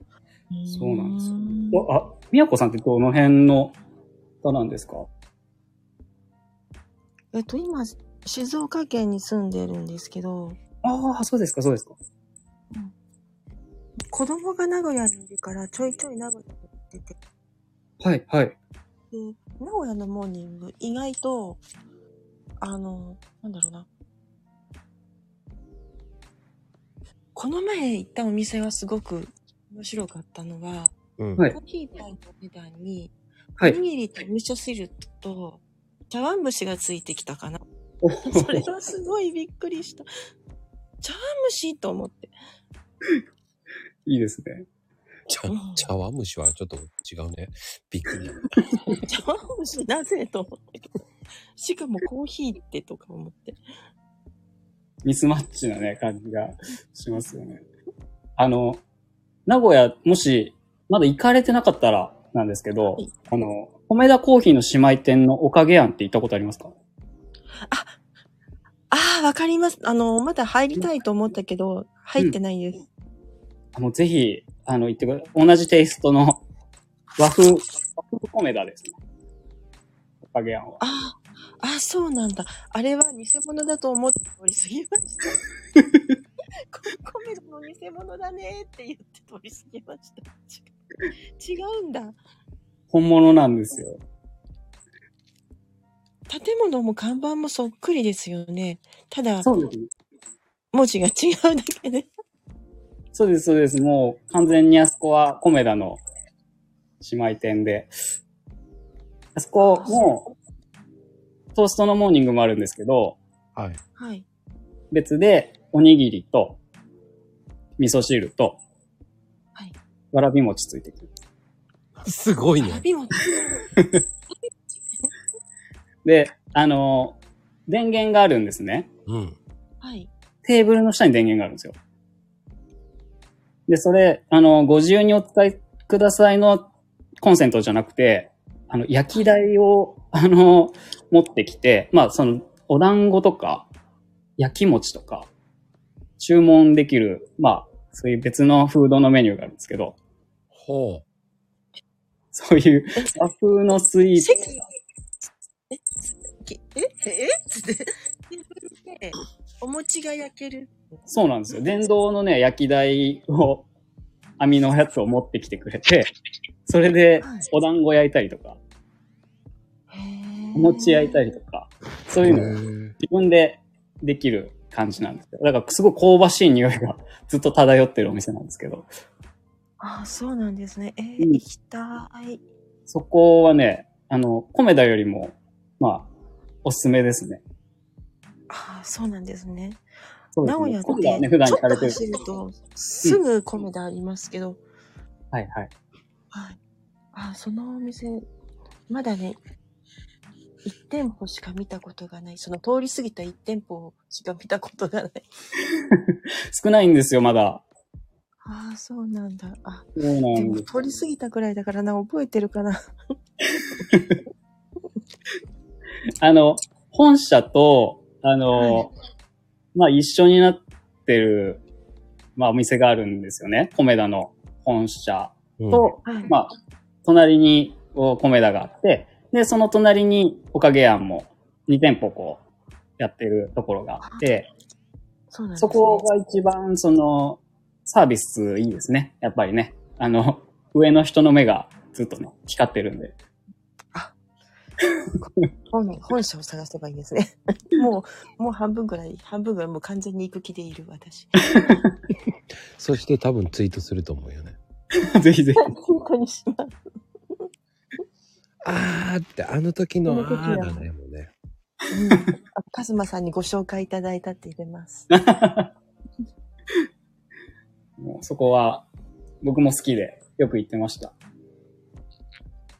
Speaker 2: い。そうなんですよ
Speaker 3: す
Speaker 2: おあ、みやこさんってどの辺の方なんですか
Speaker 3: えっと、今、静岡県に住んでるんですけど、
Speaker 2: ああ、そうですか、そうですか。
Speaker 3: 子供が名古屋にいるから、ちょいちょい名古屋に行ってて、
Speaker 2: はい、はい。
Speaker 3: で、名古屋のモーニング、意外と、あの、なんだろうな。この前行ったお店はすごく面白かったのは、
Speaker 1: うん
Speaker 2: はい
Speaker 3: コーヒーパイのお値段に、
Speaker 2: は
Speaker 3: お
Speaker 2: い。
Speaker 3: にぎりと味噌汁と、茶碗蒸しがついてきたかな。
Speaker 2: お
Speaker 3: それはすごいびっくりした。茶碗蒸しと思って。
Speaker 2: いいですね。
Speaker 4: 茶茶碗蒸しはちょっと違うね。びっくり。
Speaker 3: 茶碗蒸しなぜと思って。しかもコーヒーってとか思って。
Speaker 2: ミスマッチなね、感じがしますよね。あの、名古屋、もし、まだ行かれてなかったらなんですけど
Speaker 3: はい、
Speaker 2: あの、米田コーヒーの姉妹店のおかげやんって行ったことありますか
Speaker 3: ああ、わかります。あの、まだ入りたいと思ったけど、入ってないです。
Speaker 2: あの、ぜひ、あの、行ってください。同じテイストの和風、和風米田ですね。おかげやんは。
Speaker 3: ああ、ああ、そうなんだ。あれは偽物だと思って通り過ぎま した。ココメロの偽物だねーって言って通り過ぎました。違う違うんだ。
Speaker 2: 本物なんですよ。
Speaker 3: 建物も看板もそっくりですよね。ただ、
Speaker 2: そうですね。
Speaker 3: 文字が違うだけで。
Speaker 2: そうです、そうです。もう完全にあそこは米田の姉妹店で。あそこも、トーストのモーニングもあるんですけど、
Speaker 4: はい。
Speaker 3: はい。
Speaker 2: 別でおにぎりと、味噌汁と、
Speaker 3: はい
Speaker 2: わらび餅ついてくる。
Speaker 4: すごい
Speaker 3: わら
Speaker 4: ね。
Speaker 3: びも、
Speaker 2: で、あのー電源があるんですね。
Speaker 4: うん。
Speaker 3: はい。
Speaker 2: テーブルの下に電源があるんですよ。で、それ、あの、ご自由にお使いくださいのコンセントじゃなくて、あの、焼き台を、あの、持ってきて、まあ、その、お団子とか、焼き餅とか、注文できる、まあ、そういう別のフードのメニューがあるんですけど、
Speaker 4: ほう。
Speaker 2: そういう和風のスイーツ
Speaker 3: 席、え、きえ、え、つって。テーブルで、お餅が焼ける。
Speaker 2: そうなんですよ。電動のね、焼き台を、網のやつを持ってきてくれて、それで
Speaker 3: はい、
Speaker 2: お団子焼いたりとか、お
Speaker 3: お
Speaker 2: 餅焼いたりとか、そういうのを
Speaker 4: へ
Speaker 2: 自分でできる感じなんですけど、だからすごい香ばしい匂いが ずっと漂ってるお店なんですけど、
Speaker 3: ああ、そうなんですね。えー
Speaker 2: うん
Speaker 3: 行きたい。
Speaker 2: そこはね、あの、コメダよりも、まあ、おすすめですね。
Speaker 3: ああ、そうなんですね。
Speaker 2: そうです
Speaker 3: 名古屋っ
Speaker 2: ね。
Speaker 3: て、
Speaker 2: コメダはね、普段
Speaker 3: ちょ
Speaker 2: 行
Speaker 3: っ
Speaker 2: かれ
Speaker 3: と
Speaker 2: てる。
Speaker 3: 走ると、すぐ米田ありますけど、
Speaker 2: はいはい。
Speaker 3: はい。あ、そのお店、まだね、1店舗しか見たことがない。その通り過ぎた1店舗しか見たことがない。
Speaker 2: 少ないんですよ、まだ。
Speaker 3: ああ、そうなんだ。あ、
Speaker 2: そうな
Speaker 3: で
Speaker 2: ん
Speaker 3: も
Speaker 2: です。
Speaker 3: 通り過ぎたくらいだからな、覚えてるかな。
Speaker 2: あの、本社と、あの、
Speaker 3: はい
Speaker 2: まあ一緒になってる、まあお店があるんですよね。コメダの本社
Speaker 4: ー
Speaker 2: と、
Speaker 3: はい。
Speaker 2: まあ、隣に、こう、コメダがあって、で、その隣に、おかげやんも、2店舗こう、やってるところがあって、
Speaker 3: そうなんです、
Speaker 2: そ
Speaker 3: ね。
Speaker 2: こが一番、その、サービスいいですね。やっぱりね。あの、上の人の目がずっとね、光ってるんで。
Speaker 3: 本本社を探せばいいですね。もう、もう半分ぐらい、半分ぐらいもう完全に行く気でいる、私。
Speaker 1: そして多分ツイートすると思うよね。
Speaker 2: ぜひぜひ。
Speaker 3: ヒントにします。
Speaker 1: あーって、あの時のあーだね、もうね。
Speaker 3: うん、あカズマさんにご紹介いただいたって入れます。
Speaker 2: もうそこは、僕も好きで、よく行ってました。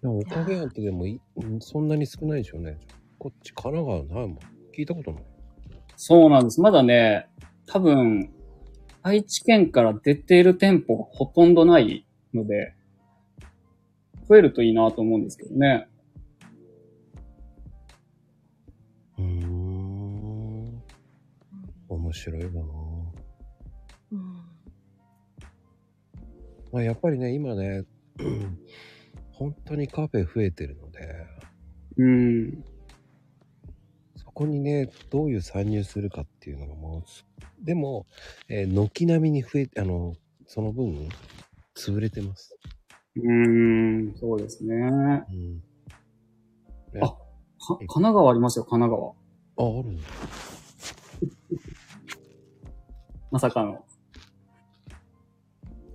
Speaker 1: でもおかげやんってでもいうんそんなに少ないでしょうね。こっち神奈川ないもん。聞いたことない。
Speaker 2: そうなんです。まだね、多分、愛知県から出ている店舗がほとんどないので、増えるといいなと思うんですけどね。
Speaker 1: うーん。面白いわな
Speaker 3: うん
Speaker 1: まあやっぱりね、今ね、 うん本当にカフェ増えてるので、
Speaker 2: うん。
Speaker 1: そこにね、どういう参入するかっていうのがもうす、でも、えー軒並みに増えて、あの、その分、潰れてます。
Speaker 2: うん、そうですね。か
Speaker 1: うん。
Speaker 2: 神奈川ありますよ、神奈川。
Speaker 1: あ、あるんだ。
Speaker 2: まさかの。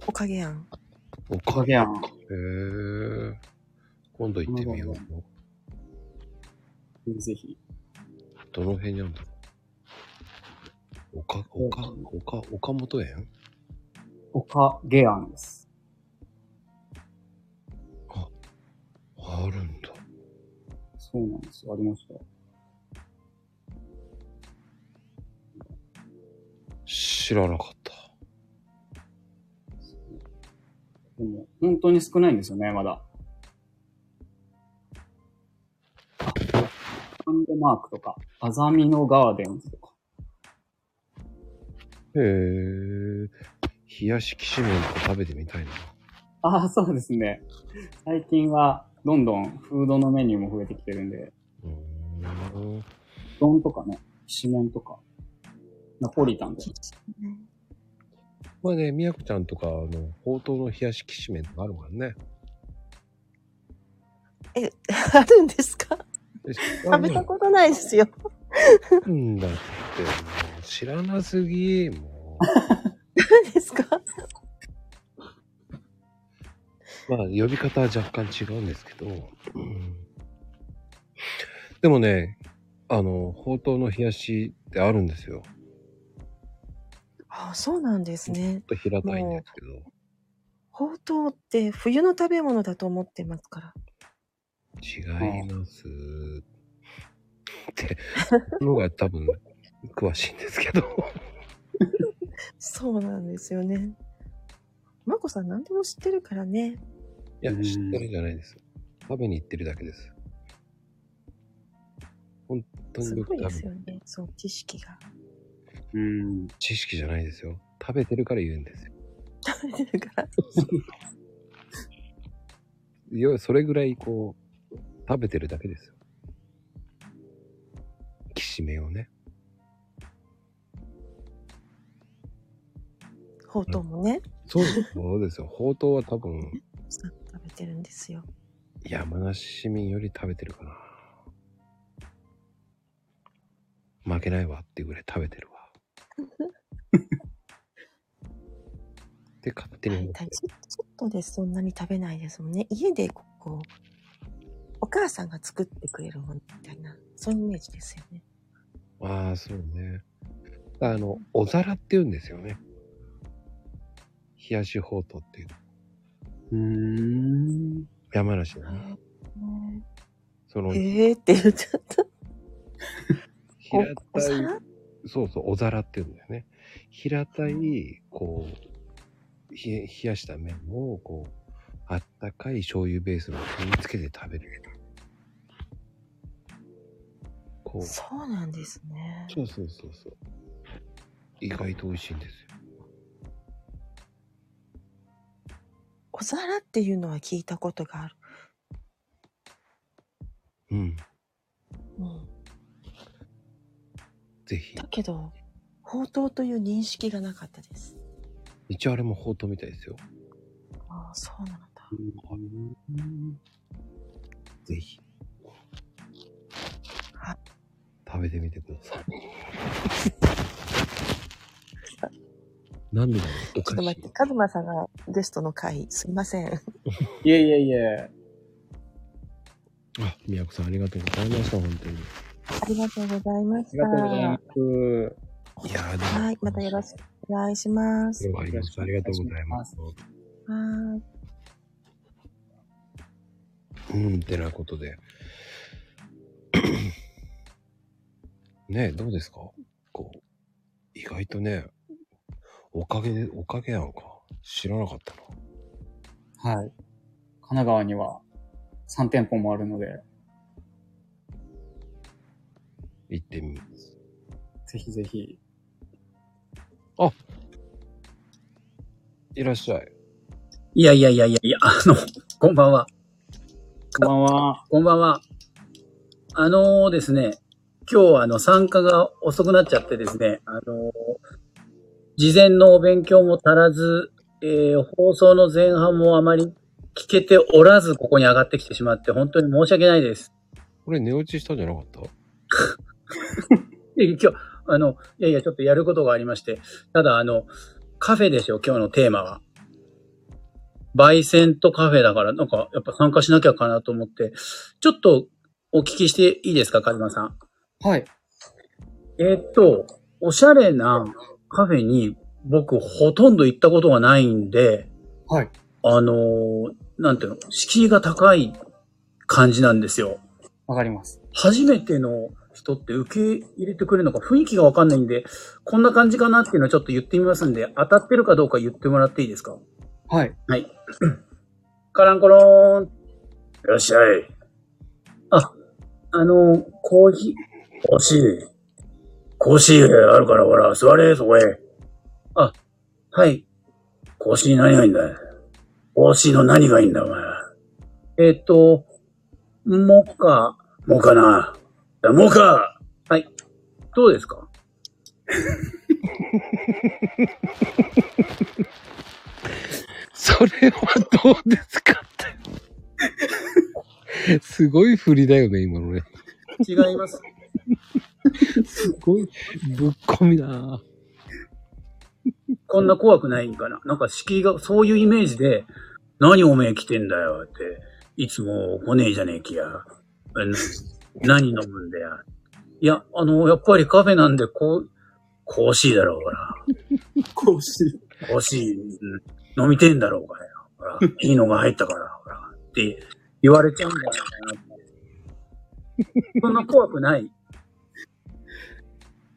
Speaker 3: おかげやん。
Speaker 1: お
Speaker 2: お
Speaker 1: か
Speaker 2: か
Speaker 1: げ。
Speaker 2: げ
Speaker 1: へ
Speaker 2: やん。
Speaker 1: え。今度行ってみよう。
Speaker 2: ぜひ。
Speaker 1: どの辺にあるんだろう。おか、おか、おか、岡本園
Speaker 2: おかげやんです。
Speaker 1: あるんだ。
Speaker 2: そうなんですよ。ありました。
Speaker 1: 知らなかった。
Speaker 2: でも、本当に少ないんですよね、まだ。ハンドマークとか、アザミのガーデンズとか。
Speaker 1: へえ。冷やしきしめんとか食べてみたいな。
Speaker 2: ああ、そうですね。最近は、どんどんフードのメニューも増えてきてるんで、
Speaker 1: うーん。
Speaker 2: 丼とかね、きしめんとか、ナポリタンとか。
Speaker 1: まあね、みやこちゃんとか、あの、ほうとうの冷やしきしめんとかあるもんね。
Speaker 3: え、あるんですか 食
Speaker 1: 食
Speaker 3: べたことないですよ。
Speaker 1: とんだって、もう知らなすぎ、も
Speaker 3: 何ですか
Speaker 1: う。まあ、呼び方は若干違うんですけど。うんでもね、あの、ほうとうの冷やしってあるんですよ。
Speaker 3: あそうなんですね。
Speaker 1: ちょっと平たいんですけど。
Speaker 3: ほうとうって冬の食べ物だと思ってますから。
Speaker 1: 違います。って、のが多分、詳しいんです けど。
Speaker 3: そうなんですよね。まこさん何でも知ってるからね。
Speaker 1: いや、
Speaker 2: うん
Speaker 1: 知ってるんじゃないです。食べに行ってるだけです。本当
Speaker 3: す
Speaker 1: に
Speaker 3: ご
Speaker 1: 僕
Speaker 3: い
Speaker 1: 多
Speaker 3: です
Speaker 1: 分
Speaker 3: よね。そう、知識が。
Speaker 2: うん。
Speaker 1: 知識じゃないですよ。食べてるから言うんですよ。
Speaker 3: 食べてるから。
Speaker 1: いや、それぐらいこう、食べてるだけですよ。きしめんをね。
Speaker 3: ほうとうもね、
Speaker 1: そうそうですよ。ほうとうは多分、
Speaker 3: 食べてるんですよ。
Speaker 1: 山梨市民より食べてるかな。負けないわっていうぐらい食べてるわ。 って勝手に
Speaker 3: は
Speaker 1: 思
Speaker 3: い、
Speaker 1: って
Speaker 3: たちょっとでそんなに食べないですもんね。家でここう、お母さんが作ってくれるものみたいな、そういうイメージですよね。
Speaker 1: ああ、そうね。あの、お皿って言うんですよね。冷やしほうとうっていう。
Speaker 2: うん。
Speaker 1: 山梨のね。その、平
Speaker 3: へえーって言っちゃった。おお
Speaker 1: たい、
Speaker 3: 皿
Speaker 1: そうそう、お皿って言うんだよね。平たい、こう、冷え冷やした麺を、こう、あったかい醤油ベースの上につけて食べる。こう、そ
Speaker 3: そうなんですね。
Speaker 1: うそうそうそう。意外と美味しいんですよ。
Speaker 3: お皿っていうのは聞いたことがある。
Speaker 1: うん。
Speaker 3: うん、
Speaker 1: ぜひ。
Speaker 3: だけど、ほうとうという認識がなかったです。
Speaker 1: 一応あれもほうとうみたいですよ。
Speaker 3: ああ、そうなんだ。
Speaker 1: ぜひ。
Speaker 3: はい
Speaker 1: 食べてみてください。なんでだろう。お
Speaker 3: ち
Speaker 1: か
Speaker 3: ょっと
Speaker 1: し
Speaker 3: 待って、カズマさんがゲストの回、すいません。
Speaker 2: いえいえいえ。
Speaker 1: い。あ、みやこさんありがとうございました、本当に。
Speaker 3: ありがとうございま
Speaker 2: あ
Speaker 3: し
Speaker 2: りがとうございま
Speaker 3: た。
Speaker 2: す。
Speaker 1: いやーでも
Speaker 3: はい、またよろしくお願いします。
Speaker 1: わかりました。ありがとうございます。
Speaker 3: はい。
Speaker 1: うん、てなことで。 ねえ、どうですかこう、意外とね、おかげで、おかげやんか。知らなかったな。
Speaker 2: はい。神奈川には3店舗もあるので、
Speaker 1: 行ってみます。
Speaker 2: ぜひぜひ。
Speaker 1: いらっしゃい。
Speaker 5: いやいやいやいやいや、あの、こんばんは。
Speaker 2: こんばんは。
Speaker 5: こんばんは。あのーですね、今日あの参加が遅くなっちゃってですね、あのー事前のお勉強も足らず、えー放送の前半もあまり聞けておらず、ここに上がってきてしまって、本当に申し訳ないです。
Speaker 1: これ寝落ちしたんじゃなかった
Speaker 5: いや今日、あの、いやいや、ちょっとやることがありまして、ただあの、カフェでしょ、今日のテーマは。焙煎とカフェだから、なんか、やっぱ参加しなきゃかなと思って、ちょっとお聞きしていいですか、カズマさん。
Speaker 2: はい。
Speaker 5: えーっと、おしゃれなカフェに僕ほとんど行ったことがないんで、
Speaker 2: はい。
Speaker 5: あのーなんていうの、敷居が高い感じなんですよ。
Speaker 2: わかります。
Speaker 5: 初めての人って受け入れてくれるのか雰囲気がわかんないんで、こんな感じかなっていうのをちょっと言ってみますんで、当たってるかどうか言ってもらっていいですか
Speaker 2: はい。
Speaker 5: はい。カランコローン。いらっしゃい。あ、あの、コーヒー。欲しい。コーヒーあるから、ほら、座れ、そこへ。あ、はい。コーヒー何がいいんだコーヒーの何がいいんだ、お前は。えっ、と、モカ。モカな。モカはい。どうですか
Speaker 1: それはどうですかって。 すごい振りだよね、今のね。
Speaker 5: 違います。
Speaker 1: すごい、ぶっこみだ。
Speaker 5: こんな怖くないんかな。なんか敷居が、そういうイメージで、何おめえ来てんだよって、いつも来ねえじゃねえきや。えな何飲むんだよ。いや、あの、やっぱりカフェなんで、こう、コーヒーだろうから。
Speaker 2: こうし。
Speaker 5: コーヒーうん飲みてんだろうからよ。ほら、いいのが入ったから、ほら。って言われちゃうんじゃないかなって。そんな怖くない。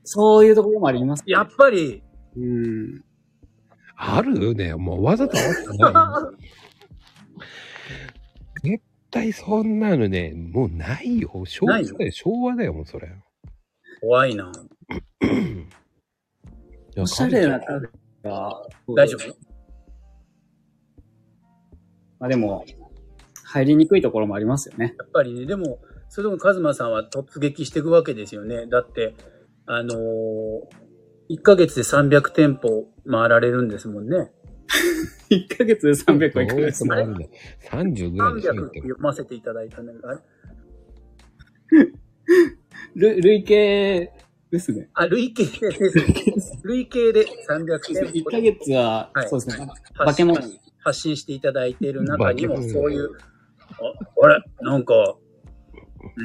Speaker 2: そういうところもあります。
Speaker 5: やっぱり、
Speaker 2: うん。
Speaker 1: あるね。もうわざとあったな。
Speaker 5: い
Speaker 1: 絶対そんなのね、もうないよ。昭和だよ、昭和だよ、もうそれ。
Speaker 5: 怖いな。
Speaker 2: おしゃれなカフェが。
Speaker 5: 大丈夫
Speaker 2: まあでも、入りにくいところもありますよ ね。
Speaker 5: やっぱりね、でも、それでもカズマさんは突撃していくわけですよね。だって、あのー、1ヶ月で300店舗回られるんですもんね。
Speaker 2: 1ヶ月で300はいくらです
Speaker 1: どうやってもあるんだよ30ぐらいにし
Speaker 5: 300
Speaker 1: な
Speaker 5: っ
Speaker 1: いと
Speaker 5: て読ませていただいたんだけど、あれ
Speaker 2: る累計ですね。
Speaker 5: あ、累計で、累計で300店
Speaker 2: 1
Speaker 5: 舗
Speaker 2: ヶ月は、
Speaker 5: はい
Speaker 2: そうですね。化
Speaker 5: 発
Speaker 2: け
Speaker 5: 信
Speaker 2: 物。
Speaker 5: 発信していただいている中にも、
Speaker 1: 化け物
Speaker 5: そういう、ああれなんか、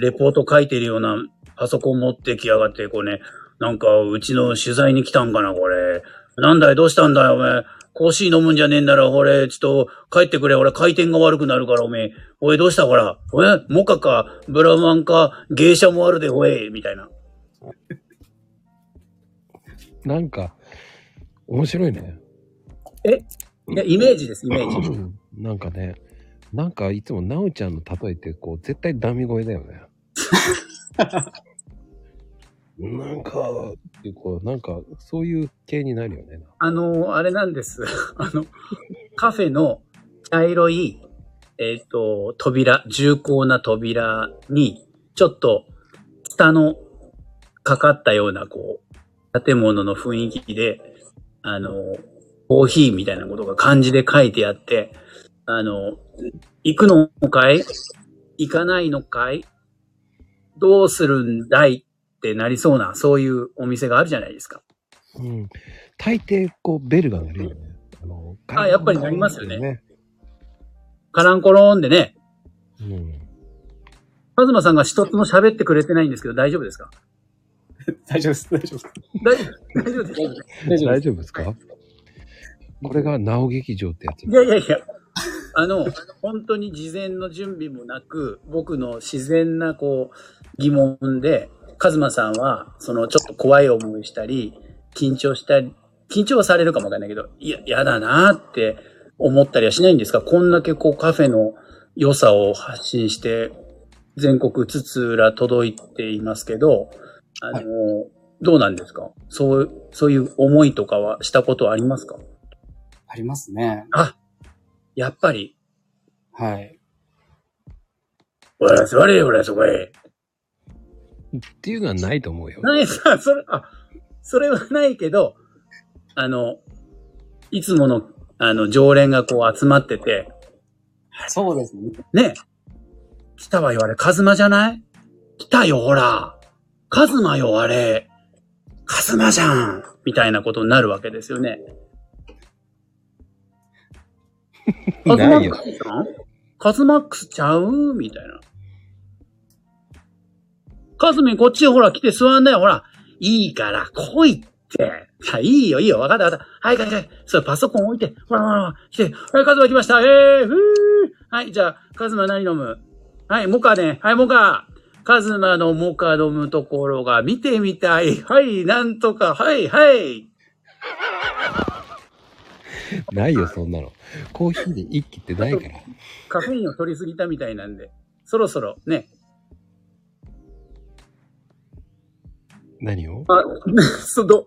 Speaker 5: レポート書いてるようなパソコン持ってきやがって、こうね、なんか、うちの取材に来たんかな、これ。なんだい、どうしたんだよ、おめえ。コーヒー飲むんじゃねえんだろ、これ。ちょっと、帰ってくれ、俺、回転が悪くなるから、おめえ。おい、どうした、ほら。おえ、モカか、ブラマンか、芸者もあるで、おい、みたいな。
Speaker 1: なんか、面白い ね。
Speaker 5: いや、イメージです、イメージ。
Speaker 1: なんかね、なんかいつもなおちゃんの例えって、こう、絶対ダミ声だよ ね。なんか、っていうこう、なんか、そういう系になるよね。
Speaker 5: あの、あれなんです。 あの、カフェの茶色い、えっ、と、扉、重厚な扉に、ちょっと、ツタのかかったような、こう、建物の雰囲気で、あの、コーヒーみたいなことが漢字で書いてあって、あの、行くのかい行かないのかいどうするんだいってなりそうな、そういうお店があるじゃないですか。
Speaker 1: うん。大抵、こう、ベルが鳴るよね。あの、
Speaker 5: あやっぱり鳴りますよね。カランコロンでね、
Speaker 1: うん。
Speaker 5: カズマさんが一つも喋ってくれてないんですけど、大丈夫ですか
Speaker 2: 大丈夫です。大丈夫です。
Speaker 5: 大丈夫大丈夫で
Speaker 2: 大丈夫で
Speaker 5: すか
Speaker 1: 大
Speaker 2: す。
Speaker 1: 丈夫ですかこれが、なお劇場ってやつ
Speaker 5: い。やいやいや、あの、本当に事前の準備もなく、僕の自然なこう疑問で、カズマさんは、そのちょっと怖い思いしたり、緊張したり、緊張はされるかもわかんないけど、いや、やだなーって思ったりはしないんですかこんだけこうカフェの良さを発信して、全国津々浦届いていますけど、あの、どうなんですかそう、そういう思いとかはしたことはありますか
Speaker 2: ありますね。
Speaker 5: あ、やっぱり、
Speaker 2: はい。
Speaker 5: おら、座れよ、おら、そこへ。
Speaker 1: っていうのはないと思うよ。
Speaker 5: ないさ、それ、あ、それはないけど、あの、いつもの、あの、常連がこう集まってて、
Speaker 2: そうですね。
Speaker 5: ね、来たわよ、あれ、カズマじゃない来たよ、ほら。カズマよ、あれ。カズマじゃん。みたいなことになるわけですよね。カズマ
Speaker 1: な
Speaker 5: ッ
Speaker 1: いよ
Speaker 5: ク。スさんカズマックスちゃうみたいな。カズミンこっちほら来て座んなよ、ほら。いいから来いって。あいいよ、いいよ、わかったわかった。はい、はい、はい。そう、パソコン置いて。ほらほらほら、来て。はい、カズマ来ました。えー、ふー。はい、じゃあ、カズマ何飲むはい、モカね。はい、モカ。カズマのモカ飲むところが見てみたい。はい、なんとか。はい、はい。
Speaker 1: ないよ、そんなの。コーヒーで一気ってないから。
Speaker 5: カフェインを取りすぎたみたいなんで。そろそろ、ね。
Speaker 1: 何を
Speaker 5: あ、そど、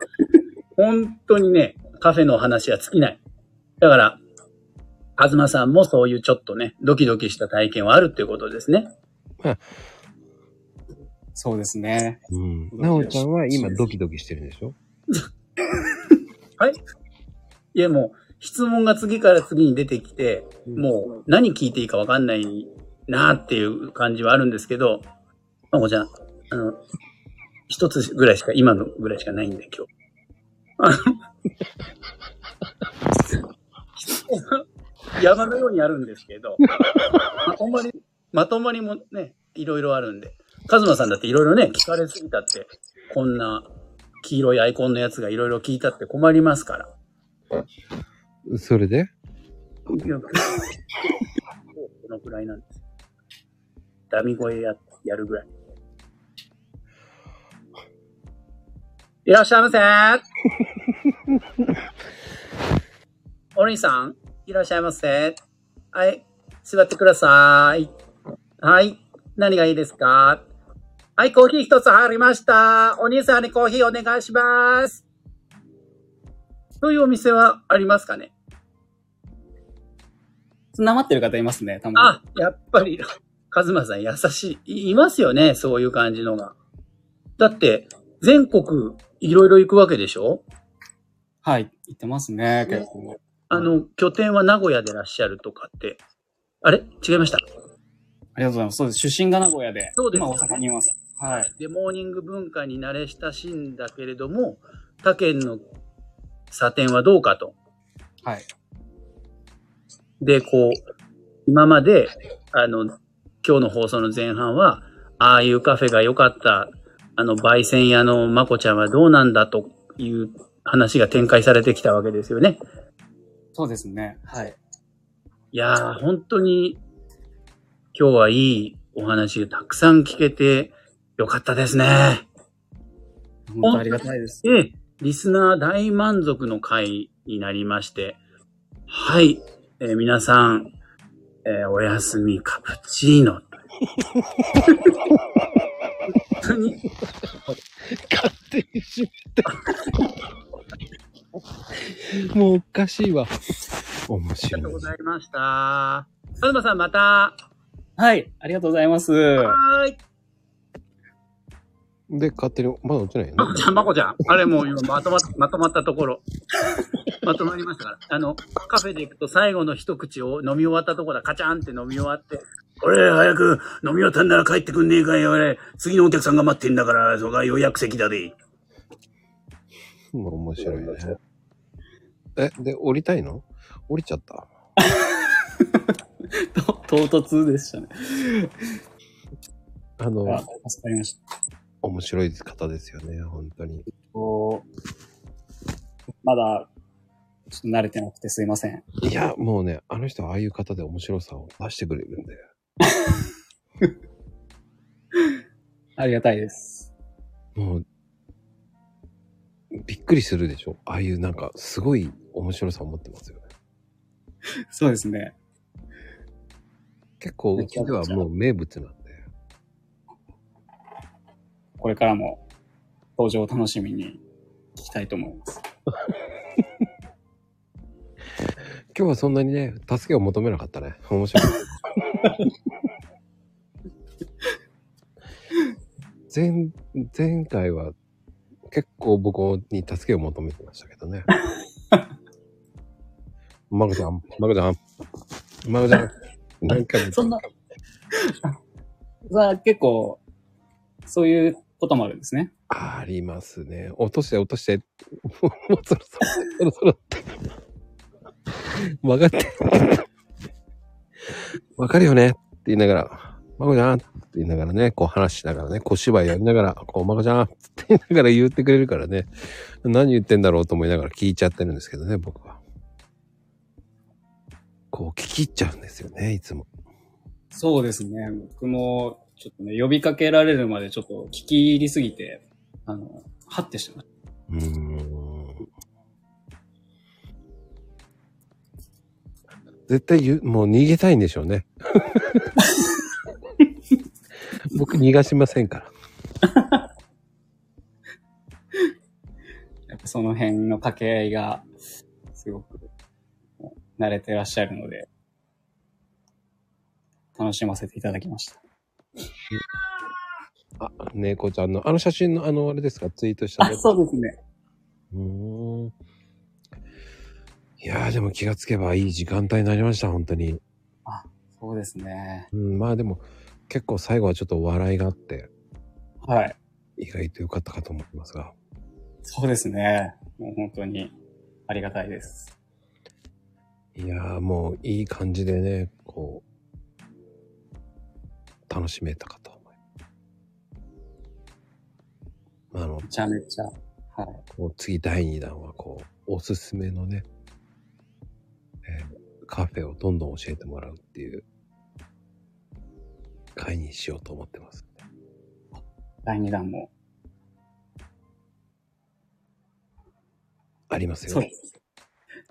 Speaker 5: 本当にね、カフェの話は尽きない。だから、カズマさんもそういうちょっとね、ドキドキした体験はあるっていうことですね。
Speaker 2: そうですね。
Speaker 1: うん。なおちゃんは今ドキドキしてるんでしょ
Speaker 5: いや、もう、質問が次から次に出てきて、もう、何聞いていいかわかんないなっていう感じはあるんですけど、まこちゃん、あの、一つぐらいしか、今のぐらいしかないんで、今日。あの、 山のようにあるんですけど、まとまり、まとまりもね、いろいろあるんで。カズマさんだっていろいろね、聞かれすぎたって、こんな黄色いアイコンのやつがいろいろ聞いたって困りますから。
Speaker 1: それで
Speaker 5: いやこのくらいなんです。ダミ声ややるぐらい。いらっしゃいませお兄さん、いらっしゃいませ。はい、座ってください。はい、何がいいですかはい、コーヒー一つ入りました。お兄さんにコーヒーお願いします。そういうお店はありますかね
Speaker 2: なまってる方いますね、たまに。
Speaker 5: あ、やっぱり、カズマさん優しい。いいますよね、そういう感じのが。だって、全国いろいろ行くわけでしょ
Speaker 2: はい。言ってますね、結構。
Speaker 5: あの、拠点は名古屋でらっしゃるとかって。あれ違いまし
Speaker 2: あ
Speaker 5: た。
Speaker 2: りがとうございます。そうです。出身が名古屋で。
Speaker 5: そうです
Speaker 2: 今
Speaker 5: よ
Speaker 2: 大
Speaker 5: ね
Speaker 2: 阪にいます。はい。
Speaker 5: で、モーニング文化に慣れ親しんだけれども、他県の査定はどうかと。
Speaker 2: はい。
Speaker 5: で、こう、今まで、あの、今日の放送の前半は、ああいうカフェが良かった、あの、焙煎屋のまこちゃんはどうなんだという話が展開されてきたわけですよね。
Speaker 2: そうですね。はい。
Speaker 5: いやー、本当に、今日はいいお話がたくさん聞けて、よかったですね。
Speaker 2: 本当ありがたいです。
Speaker 5: で、リスナー大満足の回になりまして、はい、えー皆さん、えーおやすみカプチーノ。本当に
Speaker 1: 勝手に閉めた。もうおかしいわ。面
Speaker 5: ありが
Speaker 1: 白
Speaker 5: とう
Speaker 1: い
Speaker 5: ご。ざいました。カズマさんまた。
Speaker 2: はい。ありがとうございます。
Speaker 5: はーい。
Speaker 1: で、勝手に、まだ落ちないよ
Speaker 5: ま
Speaker 1: ね
Speaker 5: こ。ちゃん、まこちゃん。あれもう今まとまっ、まとまったところ。まとまりましたから。あの、カフェで行くと最後の一口を飲み終わったところだ。カチャンって飲み終わって。俺、早く飲み終わったんなら帰ってくんねえかよ、俺。次のお客さんが待ってんだから、そこが予約席だで。
Speaker 1: 面白いね。え、で、降りたいの降りちゃった。
Speaker 2: と唐突でしたね。
Speaker 1: あの、
Speaker 2: あ助かりました。
Speaker 1: 面白い方ですよね、本当に。
Speaker 2: こうまだ、ちょっと慣れてなくてすいません。
Speaker 1: いや、もうね、あの人はああいう方で面白さを出してくれるんで。
Speaker 2: ありがたいです。
Speaker 1: もう、びっくりするでしょああいうなんか、すごい面白さを持ってますよね。
Speaker 2: そうですね。
Speaker 1: 結構、うちではもう名物なんで。
Speaker 2: これからも登場を楽しみに聞きたいと思います。
Speaker 1: 今日はそんなにね、助けを求めなかったね。面白い。 前、前回は結構僕に助けを求めてましたけど ね。マグちゃん、マグちゃん、マグちゃん、何回も。
Speaker 2: そんなさあ結構、そういうこともあるんですね。
Speaker 1: ありますね。落として落として。 もうそろそろ、そろ そろ。曲がって。わかるよねって言いながら、まこちゃんって言いながらね、こう話しながらね、小芝居やりながら、こう、まこちゃんって言いながら言ってくれるからね、何言ってんだろうと思いながら聞いちゃってるんですけどね、僕は。こう、聞き入っちゃうんですよね、いつも。
Speaker 2: そうですね。僕も、ちょっとね、呼びかけられるまでちょっと聞き入りすぎて、あの、はってしてました。
Speaker 1: うーん絶対ゆもう逃げたいんでしょう ね。僕逃がしませんから。
Speaker 2: やっぱその辺の掛け合いが、すごく、慣れてらっしゃるので、楽しませていただきました。
Speaker 1: あ、猫ちゃんの、あの写真の、あの、あれですか、ツイートした
Speaker 2: あ、
Speaker 1: ね。
Speaker 2: そうですね。
Speaker 1: うーん。いやー、でも気がつけばいい時間帯になりました、本当に。
Speaker 2: そうですね。
Speaker 1: うん、まあでも、結構最後はちょっと笑いがあって、
Speaker 2: はい。
Speaker 1: 意外と良かったかと思いますが。
Speaker 2: そうですね。もう本当に、ありがたいです。
Speaker 1: いやーもういい感じでね、こう、楽しめたかと思います。あの
Speaker 2: め、ちゃめちゃ、はい。
Speaker 1: こう次第2弾はこう、おすすめのね、えーカフェをどんどん教えてもらうっていう、会にしようと思ってます。
Speaker 2: 第2弾も。
Speaker 1: ありますよ。
Speaker 2: そうです。そう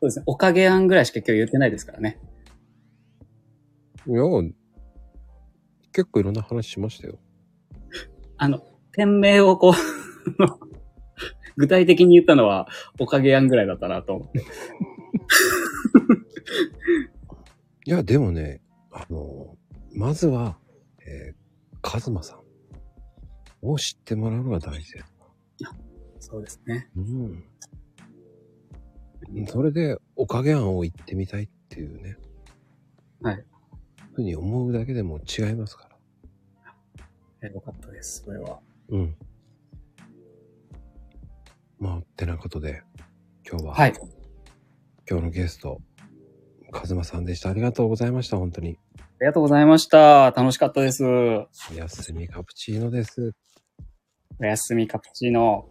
Speaker 2: ですね。おかげ案ぐらいしか今日言ってないですからね。
Speaker 1: いや、結構いろんな話しましたよ。
Speaker 2: あの、店名をこう、具体的に言ったのは、おかげやんぐらいだったなと思って。
Speaker 1: いや、でもね、あの、まずは、えー、カズマさんを知ってもらうのが大事です。
Speaker 2: そうですね。
Speaker 1: うん。それで、おかげ案を言ってみたいっていうね。
Speaker 2: はい。
Speaker 1: ふうに思うだけでも違いますから。
Speaker 2: よかったです、それは。
Speaker 1: うん。まあ、ってなことで、今日は、
Speaker 2: はい。
Speaker 1: 今日のゲスト、カズマさんでした。ありがとうございました、本当に。
Speaker 2: ありがとうございました。楽しかったです。お
Speaker 1: おやすみカプチーノです。
Speaker 2: やすみカプチーノ。